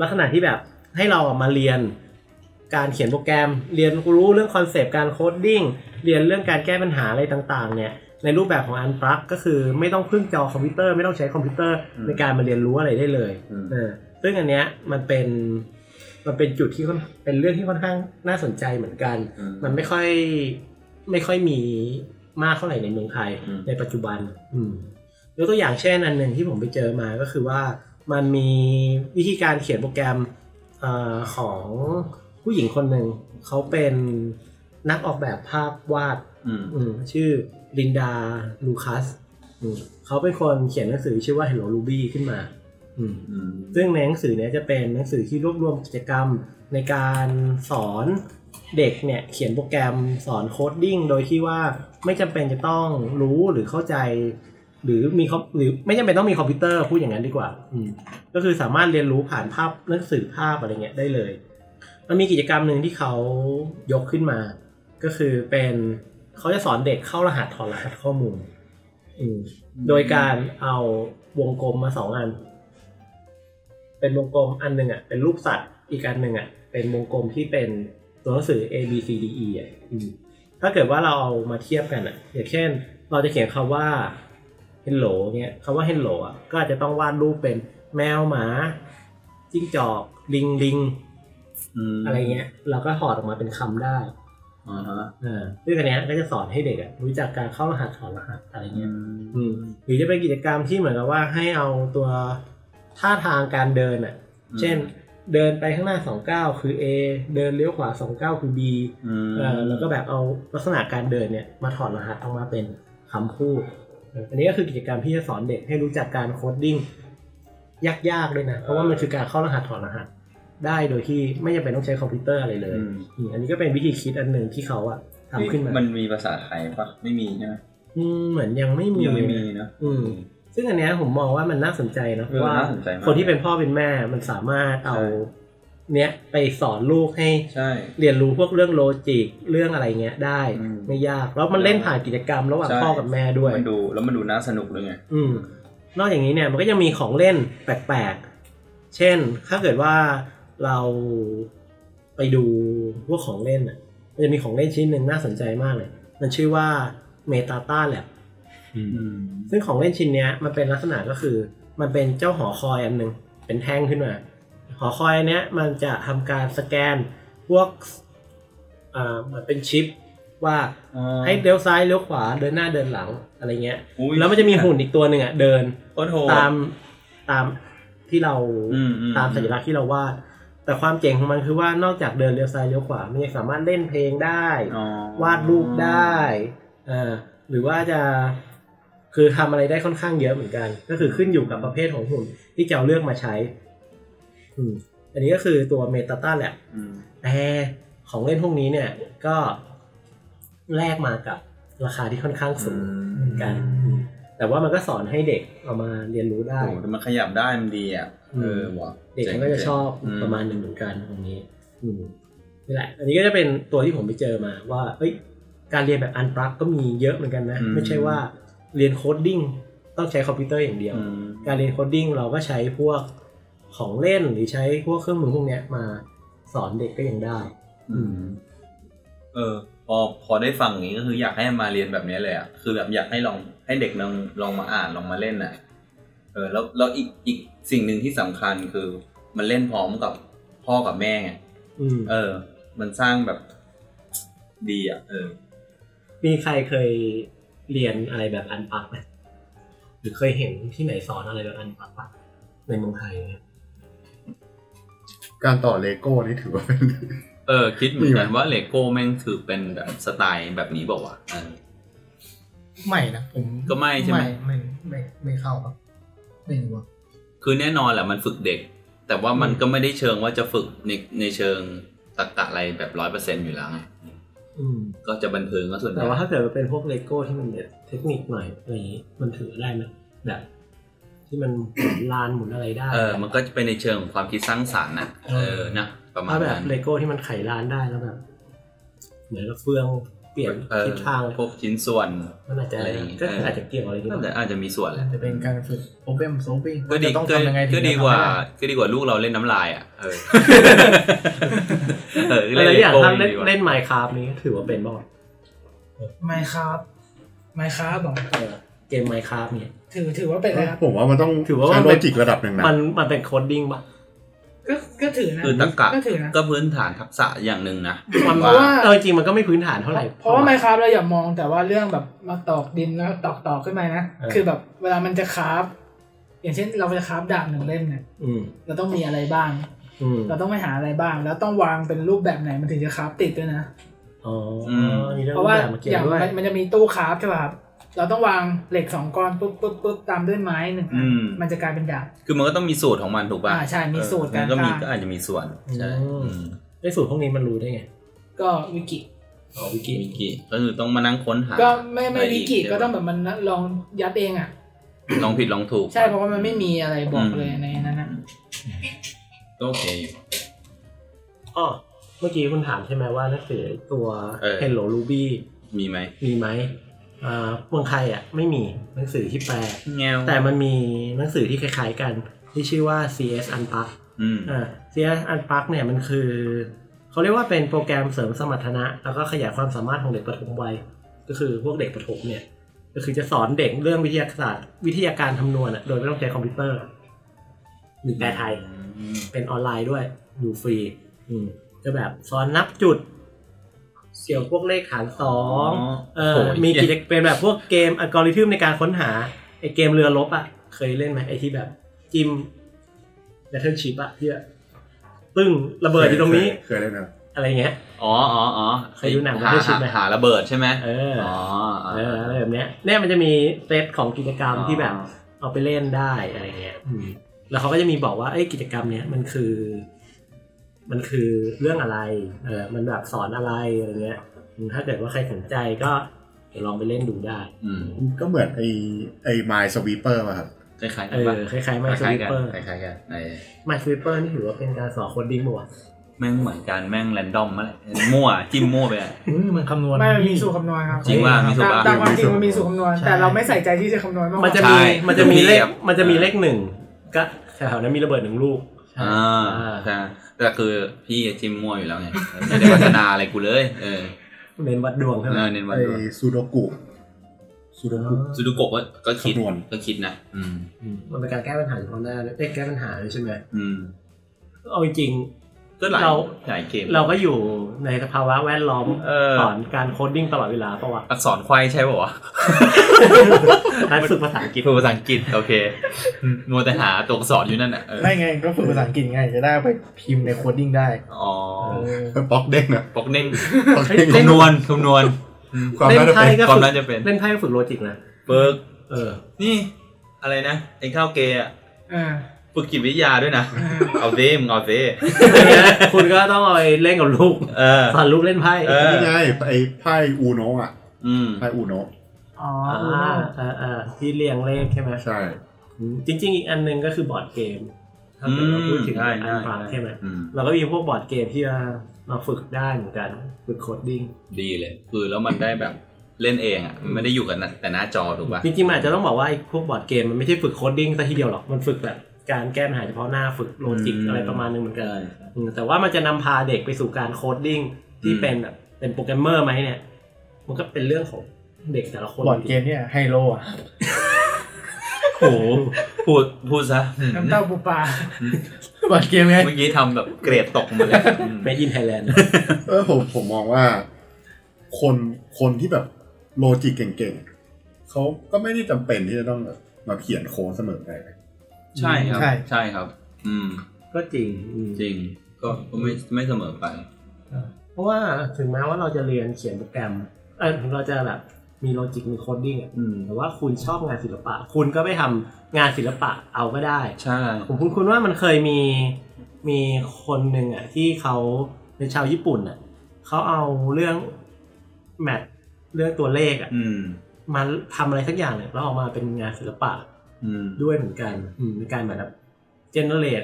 [SPEAKER 1] ลักษณะที่แบบให้เรามาเรียนการเขียนโปรแกรม เรียนรู้เรื่องคอนเซปต์การโคดดิ้งเรียนเรื่องการแก้ปัญหาอะไรต่างๆเนี่ย ในรูปแบบของอันปลั๊กก็คือไม่ต้องพึ่งจอคอมพิวเตอร์ไม่ต้องใช้คอมพิวเตอร์
[SPEAKER 2] อืม
[SPEAKER 1] ในการมาเรียนรู้อะไรได้เลย
[SPEAKER 2] อืม
[SPEAKER 1] เออซึ่งอันเนี้ยมันเป็นมันเป็นจุดที่ค่อนเป็นเรื่องที่ค่อนข้างน่าสนใจเหมือนกัน มันไม่ค่อยไม่ค่อยมีมากเท่าไหร่ในเมืองไทย
[SPEAKER 2] อืม
[SPEAKER 1] ในปัจจุบัน อืม ยกตัวอย่างเช่นอันหนึ่งที่ผมไปเจอมาก็คือว่ามันมีวิธีการเขียนโปรแกรมเออของผู้หญิงคนหนึ่งเขาเป็นนักออกแบบภาพวาด
[SPEAKER 2] อืม
[SPEAKER 1] อืมชื่อลินดาลูคัสอืมเขาเป็นคนเขียนหนังสือชื่อว่า Hello Ruby ขึ้นมา อืม
[SPEAKER 2] อืม
[SPEAKER 1] ซึ่งในหนังสือเนี้ยจะเป็นหนังสือที่รวบรวมกิจกรรมในการสอนเด็กเนี่ยเขียนโปรแกรมสอนโคดดิ้งโดยที่ว่าไม่จำเป็นจะต้องรู้หรือเข้าใจ หรือมีคอมหรือไม่จำเป็นต้องมีคอมพิวเตอร์พูดอย่างนั้นดีกว่า อืมก็คือสามารถเรียนรู้ผ่านภาพหนังสือภาพอะไรเงี้ยได้เลย มันมีกิจกรรมหนึ่งที่เขายกขึ้นมา ก็คือเป็นเขาจะสอนเด็กเข้ารหัสถอดรหัสข้อมูลอืมโดยการเอาวงกลมมาสองอัน เป็นวงกลมอันหนึ่งอ่ะเป็นรูปสัตว์อีกอันหนึ่งอ่ะเป็นวงกลมที่เป็นตัวหนังสือ A B C D E อ่ะอืมถ้าเกิดว่าเราเอามาเทียบกันอ่ะอย่างเช่น เราจะเขียนคำว่า hello เนี่ยคำว่า hello อ่ะก็อาจจะต้องวาดรูปเป็นแมวหมาจิ้งจอกลิงลิง
[SPEAKER 2] ม
[SPEAKER 1] อะไรเงี้ยเราก็ถอดออกมาเป็นคำได้
[SPEAKER 2] อ่าฮะ
[SPEAKER 1] อ่าซึ่งอันเนี้ยก็จะสอนให้เด็กอ่ะรู้จักการเข้ารหัสถอดรหัสอะไร
[SPEAKER 2] อื
[SPEAKER 1] เงี้ย
[SPEAKER 2] ม
[SPEAKER 1] อืมหรือจะเป็นกิจกรรมที่เหมือนกับว่าให้เอาตัวท่าทางการเดินอ่ะ เช่น เดินไปข้างหน้าสองเก้าวคือ A เดินเลี้ยวขวาสองเก้าวคือ B
[SPEAKER 2] อืม
[SPEAKER 1] เอ่อแล้วก็แบบเอาลักษณะการเดินเนี่ยมาถอดรหัสออกมาเป็นคำพูดเอออันนี้ก็คือกิจกรรมที่จะสอนเด็กให้รู้จักการโคดดิ้งยากๆด้วยนะ เพราะว่ามันคือการเข้ารหัสถอดรหัส ได้โดยที่ไม่จำเป็นต้องใช้คอมพิวเตอร์อะไรเลย
[SPEAKER 2] อืม
[SPEAKER 1] อืมอันนี้ก็เป็นวิธีคิดอันหนึ่งที่เขาอะทำขึ้นมาม
[SPEAKER 2] นมีภาษาไทยปะไม่มีใช่ไหม
[SPEAKER 1] อืมเหมือนยังไม่มี
[SPEAKER 2] ยังไม่มี
[SPEAKER 1] นะ
[SPEAKER 2] เนอะ
[SPEAKER 1] อืมซึ่งอันเนี้ยผมมองว่ามันน่าสนใจเนอะ
[SPEAKER 2] เออ
[SPEAKER 1] ว่า
[SPEAKER 2] น่าสนใจมาก
[SPEAKER 1] คนที่เป็นพ่อเป็นแม่มันสามารถเอา
[SPEAKER 2] ใช่
[SPEAKER 1] เนี้ยไปสอนลูกให้
[SPEAKER 2] ใช่
[SPEAKER 1] เรียนรู้พวกเรื่องโลจิกเรื่องอะไรเงี้ยได้
[SPEAKER 2] อืม
[SPEAKER 1] ไม่ยากแล้วมันเล่นผ่านกิจกรรมระหว่าง
[SPEAKER 2] ใช่
[SPEAKER 1] พ่อกับแม่ด้วย
[SPEAKER 2] มันดูแล้วมันดูน่าสนุกด้วยไง
[SPEAKER 1] อืมนอกจากนี้เนี่ยมันก็ยังมีของเล่นแปลกๆ เช่น ถ้าเกิดว่าเราไปดูพวกของเล่นอ่ะ มันจะมีของเล่นชิ้นหนึ่งน่าสนใจมากเลย มันชื่อว่าเมตาต้าแลบ ซึ่งของเล่นชิ้นเนี้ยมันเป็นลักษณะก็คือ มันเป็นเจ้าหอคอยอันหนึ่งเป็นแท่งขึ้นมา หอคอยอันเนี้ยมันจะทำการสแกนพวกอ่าเหมือนเป็นชิป ว่า
[SPEAKER 2] อ๋อ
[SPEAKER 1] ให้เลี้ยวซ้ายเลี้ยวขวาเดินหน้าเดินหลังอะไรเงี้ย
[SPEAKER 2] อุ๊ย
[SPEAKER 1] แล้วมันจะมีหุ่นอีกตัวหนึ่งอ่ะเดิน
[SPEAKER 2] โอ้โห
[SPEAKER 1] ตามตามที่เรา
[SPEAKER 2] อืมอืม
[SPEAKER 1] ตามสัญลักษณ์ที่เราวาดแต่ความเจ๋งของมันคือว่านอกจากเดินเลี้ยวซ้ายเลี้ยวขวามันยังสามารถเล่นเพลงได้
[SPEAKER 2] อ๋อ
[SPEAKER 1] วาดรูปได้เอ่อหรือว่าจะคือทำอะไรได้ค่อนข้างเยอะเหมือนกัน ก็คือขึ้นอยู่กับประเภทของหุ่นที่จะเอาเลือกมาใช้ อืม อันนี้ก็คือตัวเมตาต้าแหละ
[SPEAKER 2] อืม
[SPEAKER 1] แต่ของเล่นพวกนี้เนี่ย ก็แลกมากับราคาที่ค่อนข้างสูงเหมือนกันอืมแต่ว่ามันก็สอนให้เด็กเอามาเรียนรู้ได้
[SPEAKER 2] โอ้โหแต่มันขยับได้มันดีอ่ะ
[SPEAKER 1] อืม
[SPEAKER 2] เออว่ะ
[SPEAKER 1] เด็กมันก็จะชอบ
[SPEAKER 2] อื
[SPEAKER 1] ประมาณหนึ่งเหมือนกันตรงนี้ อืมนี่แหละ อันนี้ก็จะเป็นตัวที่ผมไปเจอมาว่า เอ้ย การเรียนแบบอันปลั๊กก็มีเยอะเหมือนกันนะ ไม่ใช่ว่าเรียนโคดดิ้งต้องใช้คอมพิวเตอร์อย่างเดียว
[SPEAKER 2] อืม
[SPEAKER 1] การเรียนโคดดิ้งเราก็ใช้พวกของเล่นหรือใช้พวกเครื่องมือพวกเนี้ยมาสอนเด็กก็ยังได้
[SPEAKER 2] อืมเออ พอพอได้ฟังอย่างนี้ก็คืออยากให้มาเรียนแบบนี้เลยอ่ะคือแบบอยากให้ลองให้เด็กลองลองมาอ่านลองมาเล่นอ่ะเออ แล้วแล้วอีกอีกสิ่งหนึ่งที่สำคัญคือ มันเล่นพร้อมกับพ่อกับแม่ไง
[SPEAKER 1] อืม
[SPEAKER 2] เออ มันสร้างแบบดีอ่ะ เออ
[SPEAKER 1] มีใครเคยเรียนอะไรแบบอันปลั๊กไหมหรือเคยเห็นที่ไหนสอนอะไรแบบอันปลั๊กปะในเมืองไทยเนี่ย
[SPEAKER 4] การต่อเลโก้นี่ถือว่าเป็น
[SPEAKER 2] เออ คิดเหมือนกันว่าเลโก้แม่งคือเป็นแบบสไตล์แบบนี้บอกว่าวะเออ
[SPEAKER 3] ไม่นะผม
[SPEAKER 2] ก็ไม่ใช่ไหม
[SPEAKER 3] ไม่ไม่ไม่เข้าครับไม่รู้อะ
[SPEAKER 2] คือแน่นอนแหละมันฝึกเด็ก แต่ว่ามัน
[SPEAKER 1] อืม
[SPEAKER 2] ก็ไม่ได้เชิงว่าจะฝึกในในเชิงตรรกะอะไรแบบร้อยเปอร์เซ็นอยู่แล้วไง
[SPEAKER 1] อืม
[SPEAKER 2] ก็จะบันเทิงก็ส่วนให
[SPEAKER 1] แต่
[SPEAKER 2] ญ่
[SPEAKER 1] ว่าถ้าเกิดมันเป็นพวกเลโก้ที่มันแบบเทคนิคหน่อยอะไรอย่างนี้มันถือได้ไหมแบบ ที่มัน หมุนลานหมุนอะไรได้
[SPEAKER 2] เออ มันก็จะเป็นในเชิงของความคิดสร้างสรรค์นะเออนะประมาณ
[SPEAKER 1] ถ้าแบบ
[SPEAKER 2] นั้น
[SPEAKER 1] เลโก้ที่มันไขลานได้แล้วแบบ เหมือนกับเฟืองเปลี่ยน
[SPEAKER 2] เออ
[SPEAKER 1] ทิศทาง
[SPEAKER 2] พวกชิ้นส่วน
[SPEAKER 1] มันอาจจะ
[SPEAKER 2] อะไรอย่างงี้
[SPEAKER 1] ก็
[SPEAKER 2] เอออ
[SPEAKER 1] อาจจะเกี่ยวอะไรอย่าง
[SPEAKER 2] ก็
[SPEAKER 1] นี้
[SPEAKER 2] อาจจะมีส่วนแหละ
[SPEAKER 3] จะเป็นการฝึก problem solving
[SPEAKER 2] ก็ดี
[SPEAKER 3] ว่าจะต้อง
[SPEAKER 2] ก็
[SPEAKER 3] ทำยังไงถึง
[SPEAKER 2] ก็
[SPEAKER 3] จะ
[SPEAKER 2] ดีกว่า
[SPEAKER 3] ทำได้
[SPEAKER 2] ก็ดีกว่าลูกเราเล่นน้ำลายอ่ะเออ เออ
[SPEAKER 1] อะไร
[SPEAKER 2] เล่นเล
[SPEAKER 1] อย่าง
[SPEAKER 2] โก้
[SPEAKER 1] ถ้าเล่น
[SPEAKER 2] ดีกว่า
[SPEAKER 1] เล่นไมค์คราฟนี้ถือว่าเป็นบ้าง
[SPEAKER 5] ไม่ครับไม่ครับบอก
[SPEAKER 1] เกมไมค์คราฟเนี่ย
[SPEAKER 5] ถือถือว่าเป็นอะไรครับ
[SPEAKER 4] ผมว่ามันต้อง
[SPEAKER 1] ถือว่า
[SPEAKER 4] ใช้
[SPEAKER 1] มัน
[SPEAKER 4] โล
[SPEAKER 1] เป็น
[SPEAKER 4] จิกระดับหนึ่งนะ
[SPEAKER 1] มันมันเป็นโคดดิ้งปะ
[SPEAKER 5] ก ก็ก็ถือนะ
[SPEAKER 2] คือตะกะ
[SPEAKER 5] ก็ถือนะ
[SPEAKER 2] ก็พื้นฐานทักษะอย่างหนึ่งนะ
[SPEAKER 1] มัน
[SPEAKER 5] เพ
[SPEAKER 1] ว่า
[SPEAKER 5] ราะว่า
[SPEAKER 1] เออจริงมันก็ไม่พื้นฐานเท่าไหร่
[SPEAKER 5] เพราะว่าไมครับเราอย่ามองแต่ว่าเรื่องแบบมาตอกดินแล้วตอกตอกๆขึ้นมานะ
[SPEAKER 1] เออ
[SPEAKER 5] คือแบบเวลามันจะคราฟอย่างเช่นเราจะคราฟดาบหนึ่งเล่มเนี่ย
[SPEAKER 1] อืม
[SPEAKER 5] เราต้องมีอะไรบ้าง
[SPEAKER 1] อืม
[SPEAKER 5] เราต้องไปหาอะไรบ้าง แล้วต้องวางเป็นรูปแบบไหนมันถึงจะคราฟติดด้วยนะ
[SPEAKER 1] อ๋ออมีเรื่อง
[SPEAKER 5] เพราะว่า
[SPEAKER 1] แบบมาเกี่
[SPEAKER 5] อย ย่าว ง
[SPEAKER 1] ด้วย
[SPEAKER 5] มันมันจะมีตู้คราฟใช่ป่ะครับ เราต้องวางเหล็กสองก้อนปุ๊บปุ๊บปุ๊บตามด้วยไม้หนึ่งอั
[SPEAKER 2] อื
[SPEAKER 5] น
[SPEAKER 2] ม
[SPEAKER 5] มันจะกลายเป็นดาบ
[SPEAKER 2] คือมันก็ต้องมีสูตรของมันถูกป่ะ
[SPEAKER 5] อ่าใช่มีสูตร
[SPEAKER 2] เออมัน
[SPEAKER 5] การ
[SPEAKER 2] ก็มี
[SPEAKER 5] สร้าง
[SPEAKER 2] ก็อาจจะมีส่วนใช่อืม
[SPEAKER 1] ไอ้สูตรพวกนี้มันรู้ได้ไง
[SPEAKER 5] ก็วิกิ
[SPEAKER 1] อ๋อวิกิ
[SPEAKER 2] วิกิก็คือต้องมานั่งค้นหา
[SPEAKER 5] ก็ไม่ไม่
[SPEAKER 2] ด้
[SPEAKER 5] วิ
[SPEAKER 2] อี
[SPEAKER 5] กิ
[SPEAKER 2] ใช่ปะ
[SPEAKER 5] ก็ต้องแบบมันลองยัดเองอ่ะ
[SPEAKER 2] ลองผิดลองถูก
[SPEAKER 5] ใช่เพราะว่ามันไม่มีอะไรบอก
[SPEAKER 2] อืม
[SPEAKER 5] เลยในนั้นนะ
[SPEAKER 2] ก็โอเคอยู่
[SPEAKER 1] อ๋อเมื่อกี้คุณถามใช่ไหมว่าหนังสือตัว
[SPEAKER 2] เออ
[SPEAKER 1] เฮลโลรูบี้
[SPEAKER 2] มีไหม
[SPEAKER 1] มีไหมอ่าเมืองไทยอ่ะไม่มีหนังสือที่แปล
[SPEAKER 2] แงว
[SPEAKER 1] แต่มันมีหนังสือที่คล้ายๆกัน ที่ชื่อว่า CS Unpack
[SPEAKER 2] อืม
[SPEAKER 1] อ่า CS Unpack เนี่ยมันคือ เขาเรียกว่าเป็นโปรแกรมเสริมสมรรถนะ แล้วก็ขยายความสามารถของเด็กประถมวัย ก็คือพวกเด็กประถมเนี่ย ก็คือจะสอนเด็กเรื่องวิทยาศาสตร์วิทยาการคำนวณอะโดยไม่ต้องใช้คอมพิวเตอร์มีแปลไทย
[SPEAKER 2] อืม
[SPEAKER 1] เป็นออนไลน์ด้วยดูฟรี อืมก็แบบสอนนับจุด เกี่ยวพวกเลขหารสอง
[SPEAKER 2] อ๋อ
[SPEAKER 1] เออ
[SPEAKER 2] โอ้ย
[SPEAKER 1] มีกิจเป็นแบบพวกเกมอัลกอริทึมในการค้นหาไอเกมเรือลบอ่ะ เคยเล่นไหมไอที่แบบจิมแบทเทิลชิปอ่ะที่แบบปึ้งระเบิดอยู่ตรงนี้
[SPEAKER 4] เคยได้นะ
[SPEAKER 1] อะไรเงี้ย
[SPEAKER 2] อ๋ออ๋ออ๋อ
[SPEAKER 1] เคยดูหนัง
[SPEAKER 2] หา
[SPEAKER 1] ไม่ใช่ชิปไหม
[SPEAKER 2] หาระเบิดใช่ไหม
[SPEAKER 1] เออ
[SPEAKER 2] อ๋อ
[SPEAKER 1] เอออะไรแบบเนี้ยเนี่ยมันจะมีเซตของกิจกรรมที่แบบ เอาไปเล่นได้อะไรเงี้ยอืมแล้วเขาก็จะมีบอกว่าไอ้ยกิจกรรมเนี้ยมันคือ มันคือเรื่องอะไร เออมันแบบสอนอะไรอะไรเงี้ยอืมถ้าเกิดว่าใครสนใจก็เดี๋ยวลองไปเล่นดูได้
[SPEAKER 2] อืม
[SPEAKER 4] ก็เหมือนไอไอมายสวีเปอร์มาครับ
[SPEAKER 2] คล้ายๆ
[SPEAKER 1] เอ
[SPEAKER 2] กันปะ
[SPEAKER 1] อคล้ายๆ
[SPEAKER 2] ค
[SPEAKER 1] My
[SPEAKER 2] ล้ายๆกัน
[SPEAKER 1] Sweeper
[SPEAKER 2] คล้ายๆกันไอ้
[SPEAKER 1] My Sweeper นี่ถือว่าเป็นการสอนคนดิ้งบ่วะ
[SPEAKER 2] แม่งเหมือนกันแม่งแรนดอมมาเลยมั่วจิ้มมั่วไปอะ
[SPEAKER 3] อืมมันคำนวณ
[SPEAKER 5] ไม่มันมีสูตรคำนวณครับ
[SPEAKER 2] จริงว่ามีสูตร
[SPEAKER 5] ตาม
[SPEAKER 2] ว่า
[SPEAKER 5] ตามความจริงมันมีสูตรคำนวณ
[SPEAKER 3] ใช่
[SPEAKER 5] แต่เราไม่ใส่ใจที่จะคำนวณมากก
[SPEAKER 1] มัน
[SPEAKER 5] ว่า
[SPEAKER 1] จะ
[SPEAKER 2] ใช่
[SPEAKER 1] มีมันจะมีเลข
[SPEAKER 2] เรียบ
[SPEAKER 1] มันจะมีเลขหนึ่งก็แถวๆนั้นมีระเบิดหนึ่งลูก
[SPEAKER 2] อ่า
[SPEAKER 1] อ่า
[SPEAKER 2] ใช่แต่คือพี่จิ้มมั่วอยู่แล้วไงไม่ได้พัฒนาอะไรกูเลย เออ
[SPEAKER 1] เน้นวัดดวงใช่ไหม
[SPEAKER 2] เออเน้นวั
[SPEAKER 4] ไอน
[SPEAKER 2] ด้วย
[SPEAKER 4] ซูโดกุซูโดกุ
[SPEAKER 2] ซูดูโกะก็ก็คิด
[SPEAKER 4] คำนวณ
[SPEAKER 2] ก็คิดนะอืม
[SPEAKER 1] อืมมันเป็นการแก้ปัญหาเฉพาะหน้าเลยเอ้ยแก้ปัญหาเลยใช่ไหม
[SPEAKER 2] อืม
[SPEAKER 1] เอาจริง
[SPEAKER 2] ก็หลาย
[SPEAKER 1] เรา
[SPEAKER 2] หลายเกม
[SPEAKER 1] ๆเราก็อยู่ในสภาวะแวดล้อม
[SPEAKER 2] เออ
[SPEAKER 1] สอนการโคดดิ้งตลอดเวลาป ะวะ
[SPEAKER 2] อักษรควายใช่ป่าวะ
[SPEAKER 1] ร้านฝึกภาษาอังกฤษ
[SPEAKER 2] ฝึกภาษาอังกฤษโอเคมัวแต่หาตัวอักษรอยู่นั่นอ่ะเออ
[SPEAKER 3] ไม่ไงก็ฝึกภาษาอังกฤษไงจะได้เอาไปพิมพ์ในโคดดิ้งได้
[SPEAKER 2] อ๋อ
[SPEAKER 4] ป๊อกเด้งนะ
[SPEAKER 2] ปกเน่ง
[SPEAKER 4] ป๊อกเด้ง
[SPEAKER 2] คำนวณคำนวณ
[SPEAKER 4] ความ
[SPEAKER 1] เล่
[SPEAKER 4] น่าน จะ
[SPEAKER 1] ไพ่
[SPEAKER 4] เป็น
[SPEAKER 1] ก็
[SPEAKER 2] ความ
[SPEAKER 1] ฝึก
[SPEAKER 2] น่าจะเป็น
[SPEAKER 1] เล่นไพ่ก็ฝึกโลจิกนะ
[SPEAKER 2] เบิร์ก
[SPEAKER 1] เออ
[SPEAKER 2] นี่อะไรนะไอ้ข้าวเกย์อะ
[SPEAKER 5] เออ
[SPEAKER 2] ฝึกจิตวิทยาด้วยนะ
[SPEAKER 5] เออ
[SPEAKER 2] เอาเด้มึงเอาเด้
[SPEAKER 1] คุณก็ต้องเอาไปเล่นกับลูก
[SPEAKER 2] เออ
[SPEAKER 1] สอนลูกเล่นไพ่
[SPEAKER 2] เออ
[SPEAKER 4] นี่ไงไอไพ่อูโนะอ่ะ
[SPEAKER 2] อืม
[SPEAKER 4] ไพ่อูโนะ
[SPEAKER 5] อ๋อ
[SPEAKER 1] อ่าอ่าอ่าที่เรียงเลขใช่ไหม
[SPEAKER 4] ใช่
[SPEAKER 1] อืมจริง ๆ อีกอันหนึงก็คือบอร์ดเกม ถ้าเกิดเราพูดถึง
[SPEAKER 2] อืมได้ได้
[SPEAKER 1] อันฟังใช่ไหม
[SPEAKER 2] อืม
[SPEAKER 1] เราก็มีพวกบอร์ดเกมที่มาฝึกได้เหมือนกันฝึกโคดดิ้ง
[SPEAKER 2] ดีเลย คือแล้วมันได้แบบเล่นเองอ่ะมันไม่ได้อยู่กับหน้าแต่หน้าจอถูกป่ะ
[SPEAKER 1] จริงๆมันอาจจะต้องบอกว่าไอ้พวกบอร์ดเกมมันไม่ใช่ฝึกโคดดิ้งซะทีเดียวหรอก มันฝึกแบบการแก้ปัญหาเฉพาะหน้าฝึกโลจิกอะไรประมาณนึงเหมือนกัน
[SPEAKER 2] ใช่
[SPEAKER 1] อืมแต่ว่ามันจะนำพาเด็กไปสู่การโคดดิ้งที่
[SPEAKER 2] อืม
[SPEAKER 1] เป็นแบบเป็นโปรแกรมเมอร์ไหมเนี่ย มันก็เป็นเรื่องของเด็กแต่ละคน
[SPEAKER 3] บอร์ดเกมเนี่ยไฮโลอ่ะ
[SPEAKER 2] โอ้โหพูดพูดซะอืม
[SPEAKER 5] น้ำเต้าปูปลา
[SPEAKER 3] บอร์ดเกมไง
[SPEAKER 2] เมื่อกี้ทำแบบเกรดตกหมาเลยอืม
[SPEAKER 1] เมดินไทยแลนด์
[SPEAKER 4] เออผมผมมองว่า คนคนที่แบบโลจิกเก่งๆเขาก็ไม่ได้จำเป็นที่จะต้องแบบมาเขียนโค้ดเสมอไป
[SPEAKER 2] ใช่ครับ
[SPEAKER 3] ใช่
[SPEAKER 2] ใช่ครับ อืม
[SPEAKER 1] ก็จริงอืม
[SPEAKER 2] จริงก็ก็ไม่ไม่เสมอไป
[SPEAKER 1] เพราะว่าถึงแม้ว่าเราจะเรียนเขียนโปรแกรมเออถึงเราจะแบบมีโลจิกมีโคดดิ้งอ่ะ
[SPEAKER 2] อืม
[SPEAKER 1] แต่ว่าคุณชอบงานศิลปะ คุณก็ไปทำงานศิลปะเอาก็ได้
[SPEAKER 2] ใช่
[SPEAKER 1] ผมคุ้นคุณว่ามันเคยมีมีคนหนึ่งอ่ะที่เขาเป็นชาวญี่ปุ่นอ่ะเขาเอาเรื่องแมทเรื่องตัวเลขอ่ะ
[SPEAKER 2] อืม
[SPEAKER 1] มันทำอะไรสักอย่างเนี่ยแล้วออกมาเป็นงานศิลปะ
[SPEAKER 2] อืม
[SPEAKER 1] ด้วยเหมือนกันอืมในการเหมือนแบบเจเนเรต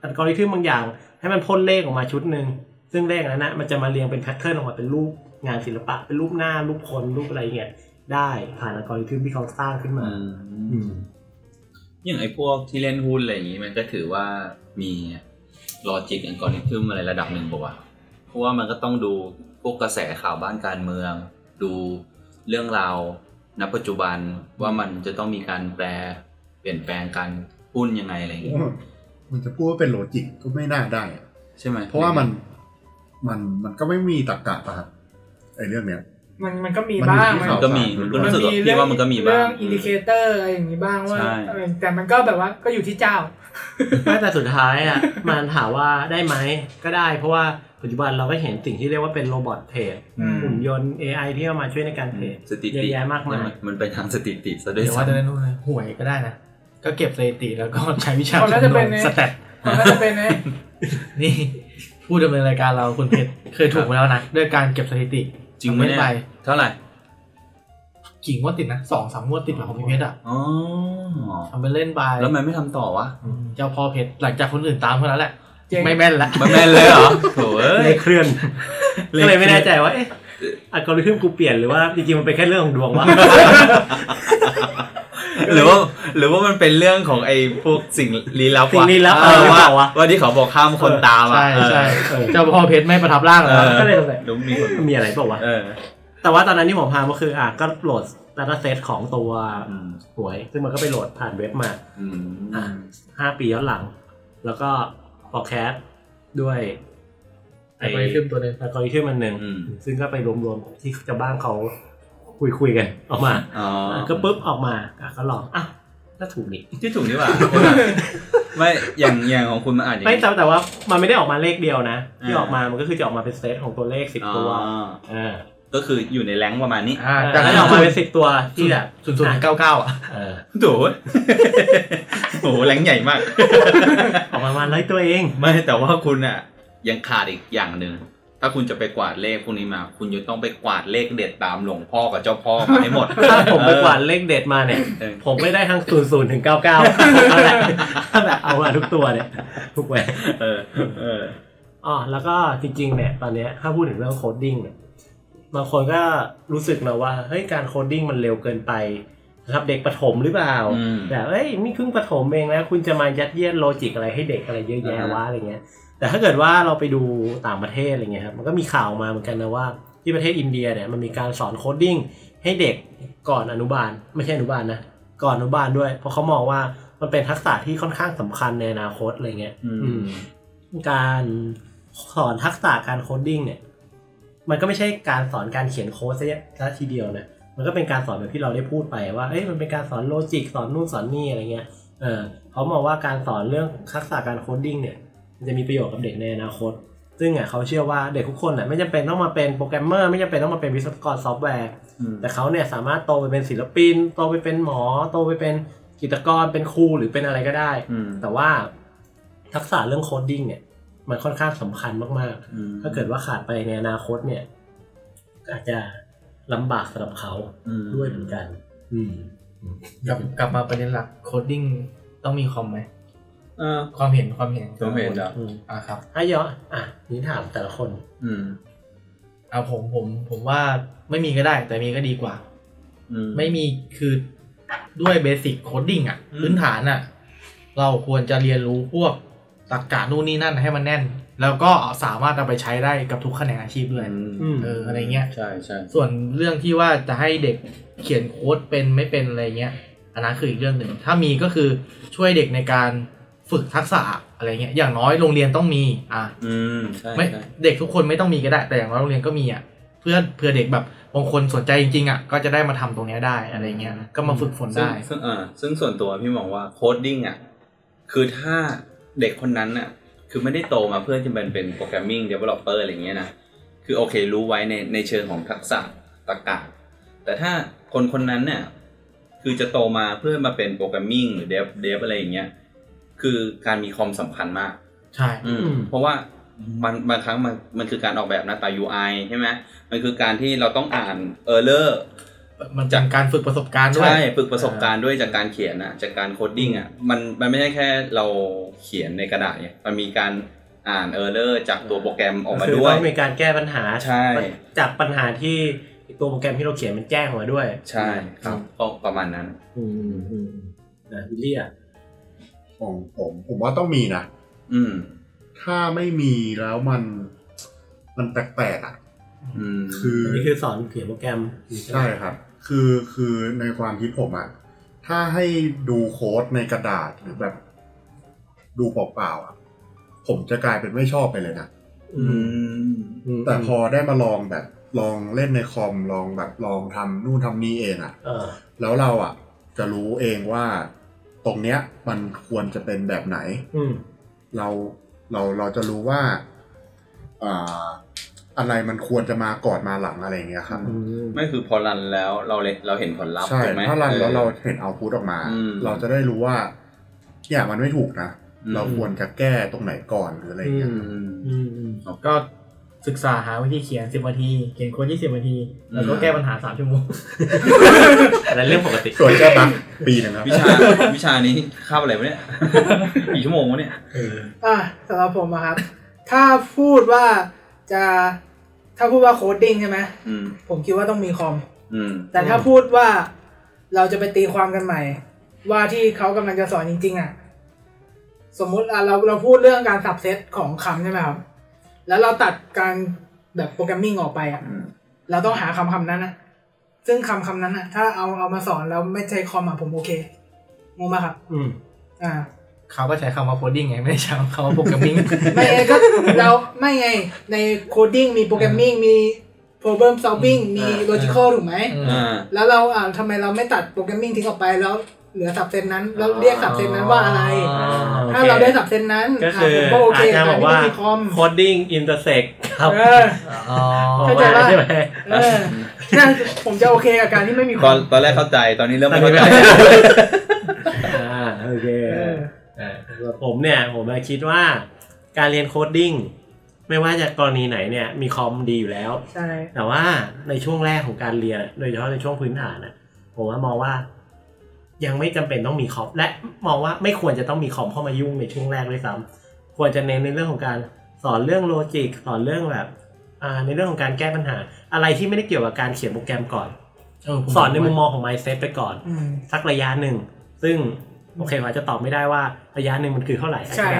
[SPEAKER 1] อัลกอริทึมบางอย่าง ให้มันพ่นเลขออกมาชุดหนึ่งซึ่งเลขนั้นนะมันจะมาเรียงเป็นแพทเทิร์นออกมาเป็นรูปงานศิลปะ เป็นรูปหน้ารูปคนรูปอะไรเงี้ยได้ผ่านอัลกอริทึมที่เขาสร้างขึ้นมา
[SPEAKER 2] อืม
[SPEAKER 1] อืม
[SPEAKER 2] อย่างไอ้พวกที่เล่นหุ้นอะไรอย่างนี้มันก็ถือว่ามีลอจิกอัลกอริทึมอะไรระดับหนึ่งป่าวะเพราะว่ามันก็ต้องดูพวกกระแสข่าวบ้านการเมือง ดูเรื่องราวณปัจจุบันว่ามันจะต้องมีการแปลเปลี่ยนแปลงการหุ้นยังไงอะไรอย่างนี้
[SPEAKER 4] มันจะพูดว่าเป็นโลจิกก็ไม่น่าได้อะ
[SPEAKER 2] ใช่ไหม
[SPEAKER 4] เพราะว่ามันมันมันก็ไม่มีตรรกะปะครับไอ้เรื่องเนี้ย
[SPEAKER 5] มันมันก็มีบ้าง
[SPEAKER 4] มันอ
[SPEAKER 2] มัน
[SPEAKER 4] ยู่ที่เขา
[SPEAKER 2] ก็มีมันก็รู้สึกว่าพี่ว่ามันก็มีบ้า
[SPEAKER 5] เรื่อง งอินดิเคเตอร์อะไรอย่างนี้บ้างว่า
[SPEAKER 2] ใช่
[SPEAKER 5] เออแต่มันก็แบบว่าก็อยู่ที่ เจ้า
[SPEAKER 1] ไม่แต่สุดท้ายอ่ะ มันถามว่าได้ไหมก็ได้ เพราะว่าปัจจุบันเราก็เห็นสิ่งที่เรียกว่าเป็นโรบอทเทรด
[SPEAKER 2] อืม
[SPEAKER 1] หุ่นยนต์ AI ที่เข้ามาช่วยในการเทรด
[SPEAKER 2] สถิ
[SPEAKER 1] เย
[SPEAKER 2] ติ
[SPEAKER 1] อะแยะมากมาย
[SPEAKER 2] มันเป็นทางสถิติซะด้วย
[SPEAKER 3] เดี๋ยว
[SPEAKER 2] ซ้
[SPEAKER 3] ว่าจะได้นู่นเลยหวยก็ได้นะ ก็เก็บสถิติแล้วก็ใช้วิชา
[SPEAKER 5] ผมน่าจะเป็นไง
[SPEAKER 3] สแตท
[SPEAKER 5] มันก็จะเป็นไอ้
[SPEAKER 3] นี่ผู้ดำเนินรายการเราคุณเพชรเคยถูกมาแล้วนะด้วยการเก็บสถิติ
[SPEAKER 2] ำจริงไหมเนี่ย
[SPEAKER 3] ทำไป
[SPEAKER 2] เท่าไหร่
[SPEAKER 3] กิ่งงวดติดนะสองสามงวดติดหลังของพี่เพชรอ่ะ
[SPEAKER 2] อ๋อ
[SPEAKER 3] ทำไปเล่นไป
[SPEAKER 2] แล้วทำไมไม่ทำต่อวะ
[SPEAKER 3] อืมเจ้าพ่อเพชรหลังจากคนอื่นตามเท่านั้นแหละ
[SPEAKER 5] เจ๊ง
[SPEAKER 3] ไม่แม่นละ
[SPEAKER 2] ไม่แม่นเลยเหรอโถเอ้
[SPEAKER 1] เลย ยเคลื่อน
[SPEAKER 2] เลข
[SPEAKER 1] ก็
[SPEAKER 2] เคลื่อน
[SPEAKER 1] เลยไม่แน่ใจว่าเอ๊ะ อัลกอริทึมกูเปลี่ยนหรือว่าจริงๆมันเป็นแค่เรื่องของดวงวะ
[SPEAKER 2] หรือว่าหรือว่ามันเป็นเรื่องของไอ้พวกสิ่งลี้ลับ
[SPEAKER 1] สิ่
[SPEAKER 2] วะ
[SPEAKER 1] งลี้ลับ
[SPEAKER 2] เออ
[SPEAKER 1] อะไรหรือเป
[SPEAKER 2] ว่า
[SPEAKER 1] ล่าวะ
[SPEAKER 2] ว่าที่เขาบอกห้ามคนตามอ่ะ
[SPEAKER 3] ใช่ใช่
[SPEAKER 2] เออ
[SPEAKER 3] เออเจ้าพ่อเพชรไม่ประทับร่าง
[SPEAKER 2] เอ
[SPEAKER 3] แล้ว
[SPEAKER 2] อ
[SPEAKER 1] ก็เลยสงสัย
[SPEAKER 2] ดูมีคน
[SPEAKER 1] มีอะไรเปล่าวะ
[SPEAKER 2] เออ
[SPEAKER 1] แต่ว่าตอนนั้นที่ผมพาก็คืออ่ะก็โหลดดัต a าเซตของตัว
[SPEAKER 2] อืม
[SPEAKER 1] หวย ซึ่งมันก็ไปโหลดผ่านเว็บมา
[SPEAKER 2] อืม
[SPEAKER 1] อ่ะห้าปีย้อนหลัง แล้วก็พอแคสด้วย
[SPEAKER 3] ไอ้ขึ้นตัวหนึง
[SPEAKER 1] อัลกอริทึมอันหนึ่ง
[SPEAKER 2] อืม
[SPEAKER 1] ซึ่งก็ไปรวมๆที่เจ้าบ้านเขาคุยคุยๆกัน ออกมา
[SPEAKER 2] อ๋อ
[SPEAKER 1] อ่ะก็ปุ๊บออกมาอ่ะก็ลองอ่ะก็ถูกนี่
[SPEAKER 2] ที่ถูกนี่หว่า ใช่ปะไม่อย่างอย่างของคุณมันอาจจะ
[SPEAKER 1] ไม่แต่แต่ว่ามันไม่ได้ออกมาเลขเดียวนะ ที่
[SPEAKER 2] อ่า
[SPEAKER 1] ออกมามันก็คือจะออกมาเป็นเซตของตัวเลขสิบ
[SPEAKER 2] อ๋
[SPEAKER 1] ตัว
[SPEAKER 2] อ
[SPEAKER 1] อ่า
[SPEAKER 2] ก็คืออยู่ในแรงค์ประมาณนี้
[SPEAKER 3] อ่า
[SPEAKER 1] แต่
[SPEAKER 3] จาก
[SPEAKER 1] ก็
[SPEAKER 3] นั้น
[SPEAKER 1] จะอ
[SPEAKER 3] อ
[SPEAKER 1] อ
[SPEAKER 3] อก ก
[SPEAKER 1] มา
[SPEAKER 3] มา
[SPEAKER 1] เป็
[SPEAKER 3] เป็น น
[SPEAKER 1] สิบตัวที่แบบ
[SPEAKER 3] ศูนย์ศูนย์เก้าเก้าอ่ะ
[SPEAKER 1] เออ
[SPEAKER 2] โถ โอ้โหแรงค์ใหญ่มาก
[SPEAKER 1] ออกมาประมาณร้อยตัวเอง
[SPEAKER 2] ไม่แต่ว่าคุณอะยังขาดอีกอย่างหนึ่งถ้าคุณจะไปกวาดเลขพวกนี้มา คุณจะต้องไปกวาดเลขเด็ดตามหลวงพ่อกับเจ้าพ่อมาให้ หมด
[SPEAKER 1] ถ้าผมไปกวาดเลขเด็ดมาเนี่ย
[SPEAKER 2] เออ
[SPEAKER 1] ผมไม่ได้ทั้งศูนย์ศูนย์ถึงเก้าเก้าแบบเอามาทุกตัวเนี่ยทุกแหวน
[SPEAKER 2] เออเออ
[SPEAKER 1] อ๋อแล้วก็จริงๆเนี่ยตอนเนี้ยถ้าพูดถึงเรื่องโคดดิ้งเนี่ยบางคนก็รู้สึกนะว่าเฮ้ยการโคดดิ้งมันเร็วเกินไปนะครับเด็กประถมหรือเปล่า
[SPEAKER 2] อืม
[SPEAKER 1] แบบเอ้ยนี่เพิ่งประถมเองแล้วคุณจะมายัดเยียดโลจิกอะไรให้เด็กอะไรเยอะแยะ
[SPEAKER 2] อ่าฮะ
[SPEAKER 1] วะอะไรเงี้ย แต่ถ้าเกิดว่าเราไปดูต่างประเทศอะไรเงี้ยครับมันก็มีข่าวมาเหมือนกันนะว่าที่ประเทศอินเดียเนี่ยมันมีการสอนโคดดิ้งให้เด็กก่อนอนุบาล ไม่ใช่อนุบาลนะก่อนอนุบาลด้วย เพราะเขามองว่ามันเป็นทักษะที่ค่อนข้างสำคัญในอนาคตอะไรเงี้ย
[SPEAKER 2] อืม
[SPEAKER 1] การสอนทักษะการโคดดิ้งเนี่ย มันก็ไม่ใช่การสอนการเขียนโค้ดซะซะทีเดียวนะมันก็เป็นการสอนแบบที่เราได้พูดไปว่าเอ้ยมันเป็นการสอนโลจิกสอนนู่นสอนนี่อะไรเงี้ยเออเขามองว่าการสอนเรื่องทักษะการโคดดิ้งเนี่ย มันจะมีประโยชน์กับเด็กในอนาคต ซึ่งอ่ะเขาเชื่อว่าเด็กทุกคนอ่ะไม่จำเป็นต้องมาเป็นโปรแกรมเมอร์ไม่จำเป็นต้องมาเป็นวิศวกรซอฟต์แวร์ แต่เขาเนี่ยสามารถโตไปเป็นศิลปิน โตไปเป็นหมอ โตไปเป็นกิจกรเป็นครูหรือเป็นอะไรก็ได้
[SPEAKER 2] อืม
[SPEAKER 1] แต่ว่าทักษะเรื่องโคดดิ้งเนี่ย มันค่อนข้างสำคัญมาก
[SPEAKER 2] อืม
[SPEAKER 1] ๆ ถ้าเกิดว่าขาดไปในอนาคตเนี่ยก็อาจจะลำบากสำหรับเขา
[SPEAKER 2] อืม
[SPEAKER 1] ด้วยเหมือนกัน อืม
[SPEAKER 3] กลับกลับมาประเด็นหลักโคดดิ้งต้องมีคอมไหม
[SPEAKER 2] เออ
[SPEAKER 3] ความเห็นความเห็น
[SPEAKER 2] ความเห็นเหรอ
[SPEAKER 1] อืม
[SPEAKER 3] อ่าครับ
[SPEAKER 1] อ่ะย้อนอ่ะนี่ถามแต่ละคน
[SPEAKER 2] อืม
[SPEAKER 3] เอาผมผมผมว่าไม่มีก็ได้ แต่มีก็ดีกว่า
[SPEAKER 2] อืม
[SPEAKER 3] ไม่มีคือด้วยเบสิ c โคดดิ้งอ่ะ
[SPEAKER 2] อืม
[SPEAKER 3] พื้นฐานอ่ะ เราควรจะเรียนรู้พวกตรรกะนู่นนี่นั่นให้มันแน่น แล้วก็สามารถเอาไปใช้ได้กับทุกแขนงอาชีพด้วย
[SPEAKER 1] อืม
[SPEAKER 3] เอออะไรเงี้ย
[SPEAKER 2] ใช่ใช่
[SPEAKER 3] ส่วนเรื่องที่ว่าจะให้เด็กเขียนโค้ดเป็นไม่เป็นอะไรเงี้ยอันนั้นคืออีกเรื่องหนึ่ง ถ้ามีก็คือช่วยเด็กในการฝึกทักษะอะไรเงี้ยอย่างน้อยโรงเรียนต้องมีอ่ะ
[SPEAKER 2] อืมใช่
[SPEAKER 3] ไม่
[SPEAKER 2] ใช่
[SPEAKER 3] เด็กทุกคนไม่ต้องมีก็ได้ แต่อย่างน้อยโรงเรียนก็มีอ่ะเพื่อเพื่อเด็กแบบบางคนสนใจจริงๆอ่ะก็จะได้มาทำตรงเนี้ยได้อะไรเงี้ยก็มาฝึกฝน
[SPEAKER 2] ซึ่ง
[SPEAKER 3] ได้
[SPEAKER 2] ซึ่งเออซึ่งส่วนตัวพี่มองว่าโคดดิ้งอ่ะคือถ้าเด็กคนนั้นอ่ะ คือไม่ได้โตมาเพื่อจะเป็นเป็นโปรแกรมมิ่งเดเวลลอปเปอร์อะไรอย่างเงี้ยนะคือโอเครู้ไว้ในในเชิงของทักษะตรรกะแต่ถ้าคนคนนั้นเนี่ยคือจะโตมาเพื่อมาเป็นโปรแกรมมิ่งหรือเดฟเดฟอะไรอย่างเงี้ยคือการมีคอมสำคัญมาก
[SPEAKER 3] ใช่
[SPEAKER 2] อืมเพราะว่ามันบางครั้งมันมันคือการออกแบบหน้าตา UI ใช่ไหมมันคือการที่เราต้องอ่าน error
[SPEAKER 3] มันจากการฝึกประสบการณ์ด้วย
[SPEAKER 2] ใช่ ฝึกประสบการณ์ด้วยจากการเขียนนะจากการโคดดิ้งอ่ะมันมันไม่ใช่แค่เราเขียนในกระดาษเนี่ยมันมีการอ่าน error จากตัวโปรแกรมออกมา
[SPEAKER 1] คื
[SPEAKER 2] ด้วย
[SPEAKER 1] ต้องมีการแก้ปัญหา
[SPEAKER 2] ใช่
[SPEAKER 1] จากปัญหาที่ตัวโปรแกรมที่เราเขียนมันแจ้งออกมาด้วย
[SPEAKER 2] ใช่ครับก็ประมาณนั้น
[SPEAKER 1] อืมอืมอืมนะวิลเลียม
[SPEAKER 4] ของผมผมว่าต้องมีนะ
[SPEAKER 2] อืม
[SPEAKER 4] ถ้าไม่มีแล้วมันมันแปลกๆอ่ะ
[SPEAKER 2] อืม
[SPEAKER 4] คือ
[SPEAKER 1] อันนี้คือสอนเขียนโปรแกรม
[SPEAKER 4] ใช่ครับ คือคือในความคิดผมอะถ้าให้ดูโค้ดในกระดาษหรือแบบ ดูเปล่าๆอ่ะผมจะกลายเป็นไม่ชอบไปเลยนะ
[SPEAKER 1] อืมอืม
[SPEAKER 4] แต่พอได้มาลองแบบลองเล่นในคอมลองแบบลองทำนู่นทำนี่เองอ่ะ
[SPEAKER 1] เออ
[SPEAKER 4] แล้วเราอ่ะ จะรู้เองว่า ตรงเนี้ยมันควรจะเป็นแบบไหน
[SPEAKER 1] อืม
[SPEAKER 4] เราเราเราจะรู้ว่าอ่าอะไรมันควรจะมาก่อนมาหลังอะไรอย่างเงี้ยครับ
[SPEAKER 1] อืม
[SPEAKER 2] ไม่คือพอรันแล้วเราเลยเราเห็นผลลัพธ์
[SPEAKER 4] ใช่
[SPEAKER 2] ถูกไหม
[SPEAKER 4] ถ้ารันแล้วเราเห็นเอาพุทออกมา
[SPEAKER 2] อืม
[SPEAKER 4] เราจะได้รู้ว่าเนี่ยมันไม่ถูกนะ
[SPEAKER 2] อืม
[SPEAKER 4] เราควรจะแก้ตรงไหนก่อนหรืออะไรอย่างเงี้ย
[SPEAKER 1] อื
[SPEAKER 2] อืม
[SPEAKER 1] อืมอืม
[SPEAKER 3] ก็ศึกษาหาวิธีเขียนสิบนาที เขียนโค้ดยี่สิบนาที แล้วก็
[SPEAKER 2] อืม
[SPEAKER 3] แก้ปัญหาสามชั่วโมง
[SPEAKER 1] อันนั้นเรื่องปกติ
[SPEAKER 4] ส่วนแก้บั๊กปีหนึ่งครับ
[SPEAKER 2] วิชาวิชานี้คาบอะไรวะเนี่ย กี่ชั่วโมงวะเนี่ย
[SPEAKER 5] อ่ะสำหรับผมอะครับ ถ้าพูดว่าจะถ้าพูดว่าโคดดิ้งใช่ไหม
[SPEAKER 2] อืม
[SPEAKER 5] ผมคิดว่าต้องมีคอม
[SPEAKER 2] อืม
[SPEAKER 5] แต่ถ้าพูดว่าเราจะไปตีความกันใหม่ ว่าที่เขากำลังจะสอนจริง ๆ อ่ะ สมมุติอ่ะเราเราพูดเรื่องการสับเซตของคำใช่ไหมครับ แล้วเราตัดการแบบโปรแกรมมิ่งออกไปอ่ะ
[SPEAKER 2] อืม
[SPEAKER 5] เราต้องหาคำคำนั้นนะซึ่งคำคำนั้นอ่ะ ถ้าเอาเอามาสอนแล้วไม่ใช้คอมอ่ะผมโอเคงงไหมครับ
[SPEAKER 1] อืม
[SPEAKER 5] อ่า
[SPEAKER 3] เขาก็ใช้คำว่าโคดดิ้งไง ไม่ได้ใช้คำว่าโปรแกรมมิ่ง
[SPEAKER 5] ไม่ไงก็ เราไม่ไงในโคดดิ้งมีโปรแกรมมิ่งมี problem solving มี
[SPEAKER 1] อ่า
[SPEAKER 5] logical ถูกไหม
[SPEAKER 3] อืม
[SPEAKER 2] อ่า
[SPEAKER 5] แล้วเราอ่าทำไมเราไม่ตัดโปรแกรมมิ่งทิ้งออกไปแล้วเหลือสับเซนนั้น แล้วเรียกสับเซนนั้นว่าอะไร
[SPEAKER 1] อ่โอค
[SPEAKER 5] ถ้าเราได้สับเซนนั้น
[SPEAKER 1] ก็คือ
[SPEAKER 5] ผมก็โอเค
[SPEAKER 1] อาจารย์บอกว่า
[SPEAKER 5] อันนี้ไม่มีคอม
[SPEAKER 1] coding intersect ครับ
[SPEAKER 5] เออ
[SPEAKER 3] อ๋อ
[SPEAKER 5] เข้าใจว่า
[SPEAKER 1] ใช่ไหม
[SPEAKER 5] เออนั่นผมจะโอเคกับการที่ไม่มีค
[SPEAKER 2] ตอ
[SPEAKER 5] อน ม
[SPEAKER 2] ตอนแรกเข้าใจตอนนี้เริ่มไม่เข้าใจ
[SPEAKER 1] อ่าโอเค
[SPEAKER 5] เออ
[SPEAKER 3] เออ
[SPEAKER 1] ผมเนี่ย ผมมาคิดว่า การเรียนโคดดิ้งไม่ว่าจะกรณีไหนเนี่ยมีคอมดีอยู่แล้ว
[SPEAKER 5] ใช่
[SPEAKER 1] แต่ว่าในช่วงแรกของการเรียนอะโดยเฉพาะในช่วงพื้นฐานนะผมว่ามองว่า ยังไม่จำเป็นต้องมีคอมและมองว่าไม่ควรจะต้องมีคอมเข้ามายุ่งในช่วงแรกด้วยซ้ำควรจะเน้นในเรื่องของการสอนเรื่องโลจิกสอนเรื่องแบบอ่าในเรื่องของการแก้ปัญหา อะไรที่ไม่ได้เกี่ยวกับการเขียนโปรแกรมก่อน
[SPEAKER 3] เออผ
[SPEAKER 1] สอนในมุมมองของ mindset ไปก่อน
[SPEAKER 5] อืม
[SPEAKER 1] สักระยะหนึ่ง ซึ่งโอเคผมอาจจะตอบไม่ได้ว่าระยะหนึ่งมันคือเท่าไหร่
[SPEAKER 5] ใช่
[SPEAKER 1] ไหม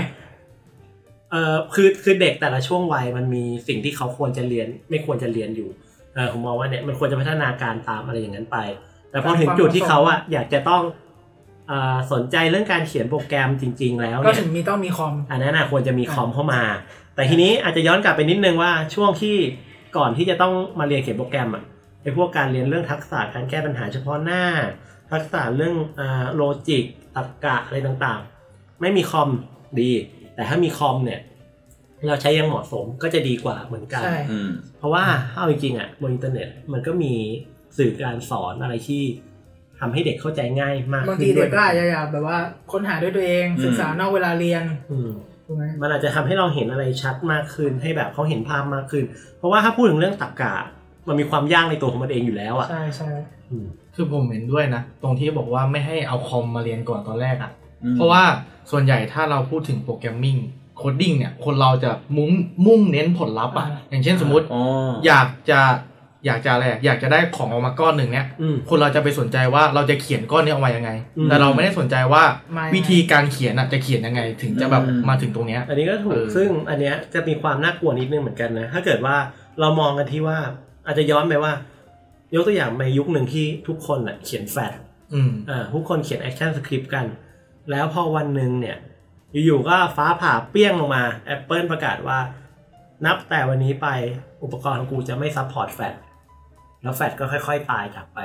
[SPEAKER 1] เออคือคือเด็กแต่ละช่วงวัยมันมีสิ่งที่เขาควรจะเรียน ไม่ควรจะเรียนอยู่เออผมมองว่าเนี่ยมันควรจะพัฒนาการตามอะไรอย่างนั้นไป แต่พอถึงจุดที่เขาอะอยากจะต้องเอ่อสนใจเรื่องการเขียนโปรแกรมจริง ๆ แล้ว
[SPEAKER 5] ก็
[SPEAKER 1] เนี่ย
[SPEAKER 5] ถึงมีต้องมีคอม
[SPEAKER 1] อันนั้นนะควรจะมีคอมเข้ามา แต่ทีนี้อาจจะย้อนกลับไปนิดนึงว่าช่วงที่ก่อนที่จะต้องมาเรียนเขียนโปรแกรมอะไอพวกการเรียนเรื่องทักษะการแก้ปัญหาเฉพาะหน้า ทักษะเรื่องโลจิกตรรกะอะไรต่างๆ ไม่มีคอมดี แต่ถ้ามีคอมเนี่ย เราใช้อยังเหมาะสมก็จะดีกว่าเหมือนกัน
[SPEAKER 5] ใช่
[SPEAKER 2] อืม
[SPEAKER 1] เพราะว่าเอาจริงๆอ่ะบนอินเทอร์เน็ตมันก็มีสื่อการสอนอะไรที่ทำให้เด็กเข้าใจง่ายมาก
[SPEAKER 5] บาง
[SPEAKER 1] ขึ้
[SPEAKER 5] ที
[SPEAKER 1] นด้
[SPEAKER 5] เด็
[SPEAKER 1] ว
[SPEAKER 5] ก
[SPEAKER 1] ย
[SPEAKER 5] ก็อาจจะอยากแบบว่าค้นหาด้วยตัวเอง
[SPEAKER 2] อืม
[SPEAKER 5] ศึกษานอกเวลาเรียน
[SPEAKER 1] อืม
[SPEAKER 5] ถูกไหม
[SPEAKER 1] มันอาจจะทำให้เราเห็นอะไรชัดมากขึ้นให้แบบเขาเห็นภาพมากขึ้น เพราะว่าถ้าพูดถึงเรื่องตรรกะมันมีความยากในตัวของมันเองอยู่แล้วอ่ะ
[SPEAKER 5] ใช่ใช่
[SPEAKER 1] อืม
[SPEAKER 3] คือผมเห็นด้วยนะ ตรงที่บอกว่าไม่ให้เอาคอมมาเรียนก่อนตอนแรกอ่ะ
[SPEAKER 2] อืม
[SPEAKER 3] เพราะว่าส่วนใหญ่ถ้าเราพูดถึงโปรแกรมมิ่งโคดดิ้งเนี่ย คนเราจะมุ่งมุ่งเน้นผลลัพธ์อ่ะ อย่างเช่นสมมติ
[SPEAKER 2] อ๋อ
[SPEAKER 3] อยากจะอยากจะอะไรอะอยากจะได้ของออกมาก้อนหนึ่งเนี่ย
[SPEAKER 1] อืม
[SPEAKER 3] คนเราจะไปสนใจว่าเราจะเขียนก้อนนี้ออกมายังไง
[SPEAKER 1] อืม
[SPEAKER 3] แต่เราไม่ได้สนใจว่า
[SPEAKER 5] ไม่
[SPEAKER 3] วิธีการเขียนอ่ะจะเขียนยังไง ถึงจะแบบมาถึงตรงเนี้ย
[SPEAKER 1] อันนี้ก็ถู
[SPEAKER 3] เอก อ
[SPEAKER 1] ซึ่งอันเนี้ยจะมีความน่ากลัวนิดนึงเหมือนกันนะถ้าเกิดว่าเรามองกันที่ว่า อาจจะย้อนไปว่า ยกตัวอย่างในยุคหนึ่งที่ทุกคนอ่ะเขียนแฟลช
[SPEAKER 3] อืม
[SPEAKER 1] อ่าทุกคนเขียนแอคชั่นสคริปต์กัน แล้วพอวันหนึ่งเนี่ย อยู่ๆก็ฟ้าผ่าเปรี้ยงลงมา Apple ประกาศว่า นับแต่วันนี้ไปอุปกรณ์ของกูจะไม่ซัพพอร์ตแฟลชแล้วแฟลชก็ค่อยๆตายจากไป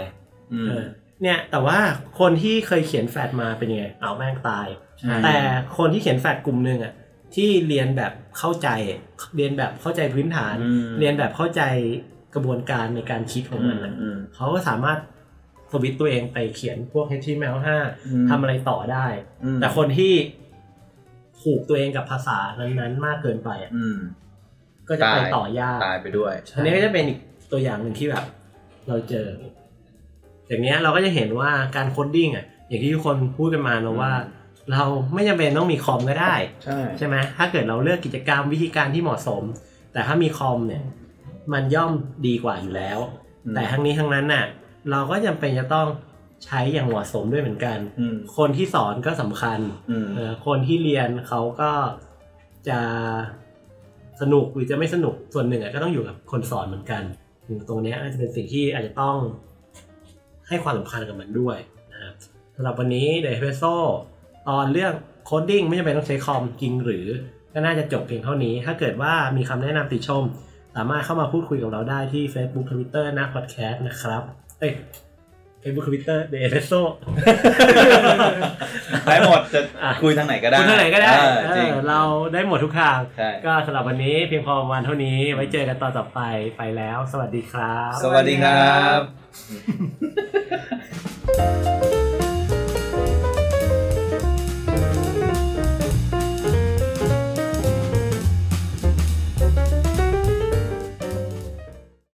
[SPEAKER 2] อืม
[SPEAKER 1] เออเนี่ยแต่ว่าคนที่เคยเขียนแฟดมาเป็นยังไงเอาแม่งตาย
[SPEAKER 2] ใช่
[SPEAKER 1] แต่คนที่เขียนแฟดกลุ่มหนึ่งอ่ะที่เรียนแบบเข้าใจเรียนแบบเข้าใจพื้นฐาน
[SPEAKER 2] อืม
[SPEAKER 1] เรียนแบบเข้าใจกระบวนการในการคิดของ
[SPEAKER 2] อื
[SPEAKER 1] มั
[SPEAKER 2] ม
[SPEAKER 1] นอะ
[SPEAKER 2] อืม
[SPEAKER 1] เขาก็สามารถสวิตช์ตัวเองไปเขียนพวก HTML5
[SPEAKER 2] อืม
[SPEAKER 1] ทำอะไรต่อได้
[SPEAKER 2] อืม
[SPEAKER 1] แต่คนที่ผูกตัวเองกับภาษานั้นๆ มากเกินไปอะ
[SPEAKER 2] อืม
[SPEAKER 1] ก็จะไป
[SPEAKER 2] ตาย
[SPEAKER 1] ต่อยาก
[SPEAKER 2] ตายไปด้วย
[SPEAKER 1] อันนี้ก็จะเป็นอีกตัวอย่างหนึ่งที่แบบ เราเจอ อย่างเนี้ยเราก็จะเห็นว่าการโคดดิ้งอ่ะ อย่างที่ทุกคนพูดกันมาเนอะว่า เราไม่จำเป็นต้องมีคอมก็ได้
[SPEAKER 2] ใช่
[SPEAKER 1] ใช่ไหมถ้าเกิดเราเลือกกิจกรรมวิธีการที่เหมาะสม แต่ถ้ามีคอมเนี่ย มันย่อมดีกว่าอยู่แล้ว แต่ทั้งนี้ทั้งนั้นน่ะ เราก็จำเป็นจะต้องใช้อย่างเหมาะสมด้วยเหมือนกัน
[SPEAKER 2] อืม
[SPEAKER 1] คนที่สอนก็สำคัญ
[SPEAKER 2] อืม
[SPEAKER 1] เอ่อคนที่เรียนเขาก็จะสนุกหรือจะไม่สนุกส่วนหนึ่งอะก็ต้องอยู่กับคนสอนเหมือนกันอืมตรงเนี้ยอาจจะเป็นสิ่งที่อาจจะต้องให้ความสำคัญกับมันด้วยนะครับสำหรับวันนี้เด e เ p โซตอนเรื่องโค โคดดิ้งไม่จำเป็นต้องใช้คอมจริงหรือ ก็น่าจะจบเพียงเท่านี้ ถ้าเกิดว่ามีคำแนะนำติชม สามารถเข้ามาพูดคุยกับเราได้ที่ Facebook Twitter หน้าพอดแคสต์นะครับ เอ้ย Facebook Twitter The e s p r e s s o
[SPEAKER 2] ไปหมดจะ
[SPEAKER 1] อ่ะ
[SPEAKER 2] คุยทางไหนก็ได้
[SPEAKER 1] คุณเท่าไหร่ก็ได้
[SPEAKER 2] อ่า
[SPEAKER 1] เออ
[SPEAKER 2] จริง
[SPEAKER 1] เราได้หมดทุกทาง
[SPEAKER 2] ใช่
[SPEAKER 1] ก็สำหรับวันนี้เพียงพอประมาณเท่านี้ ไว้เจอกันตอนต่อไปไปแล้ว สวัสดีครับ
[SPEAKER 2] สวัสดีครับ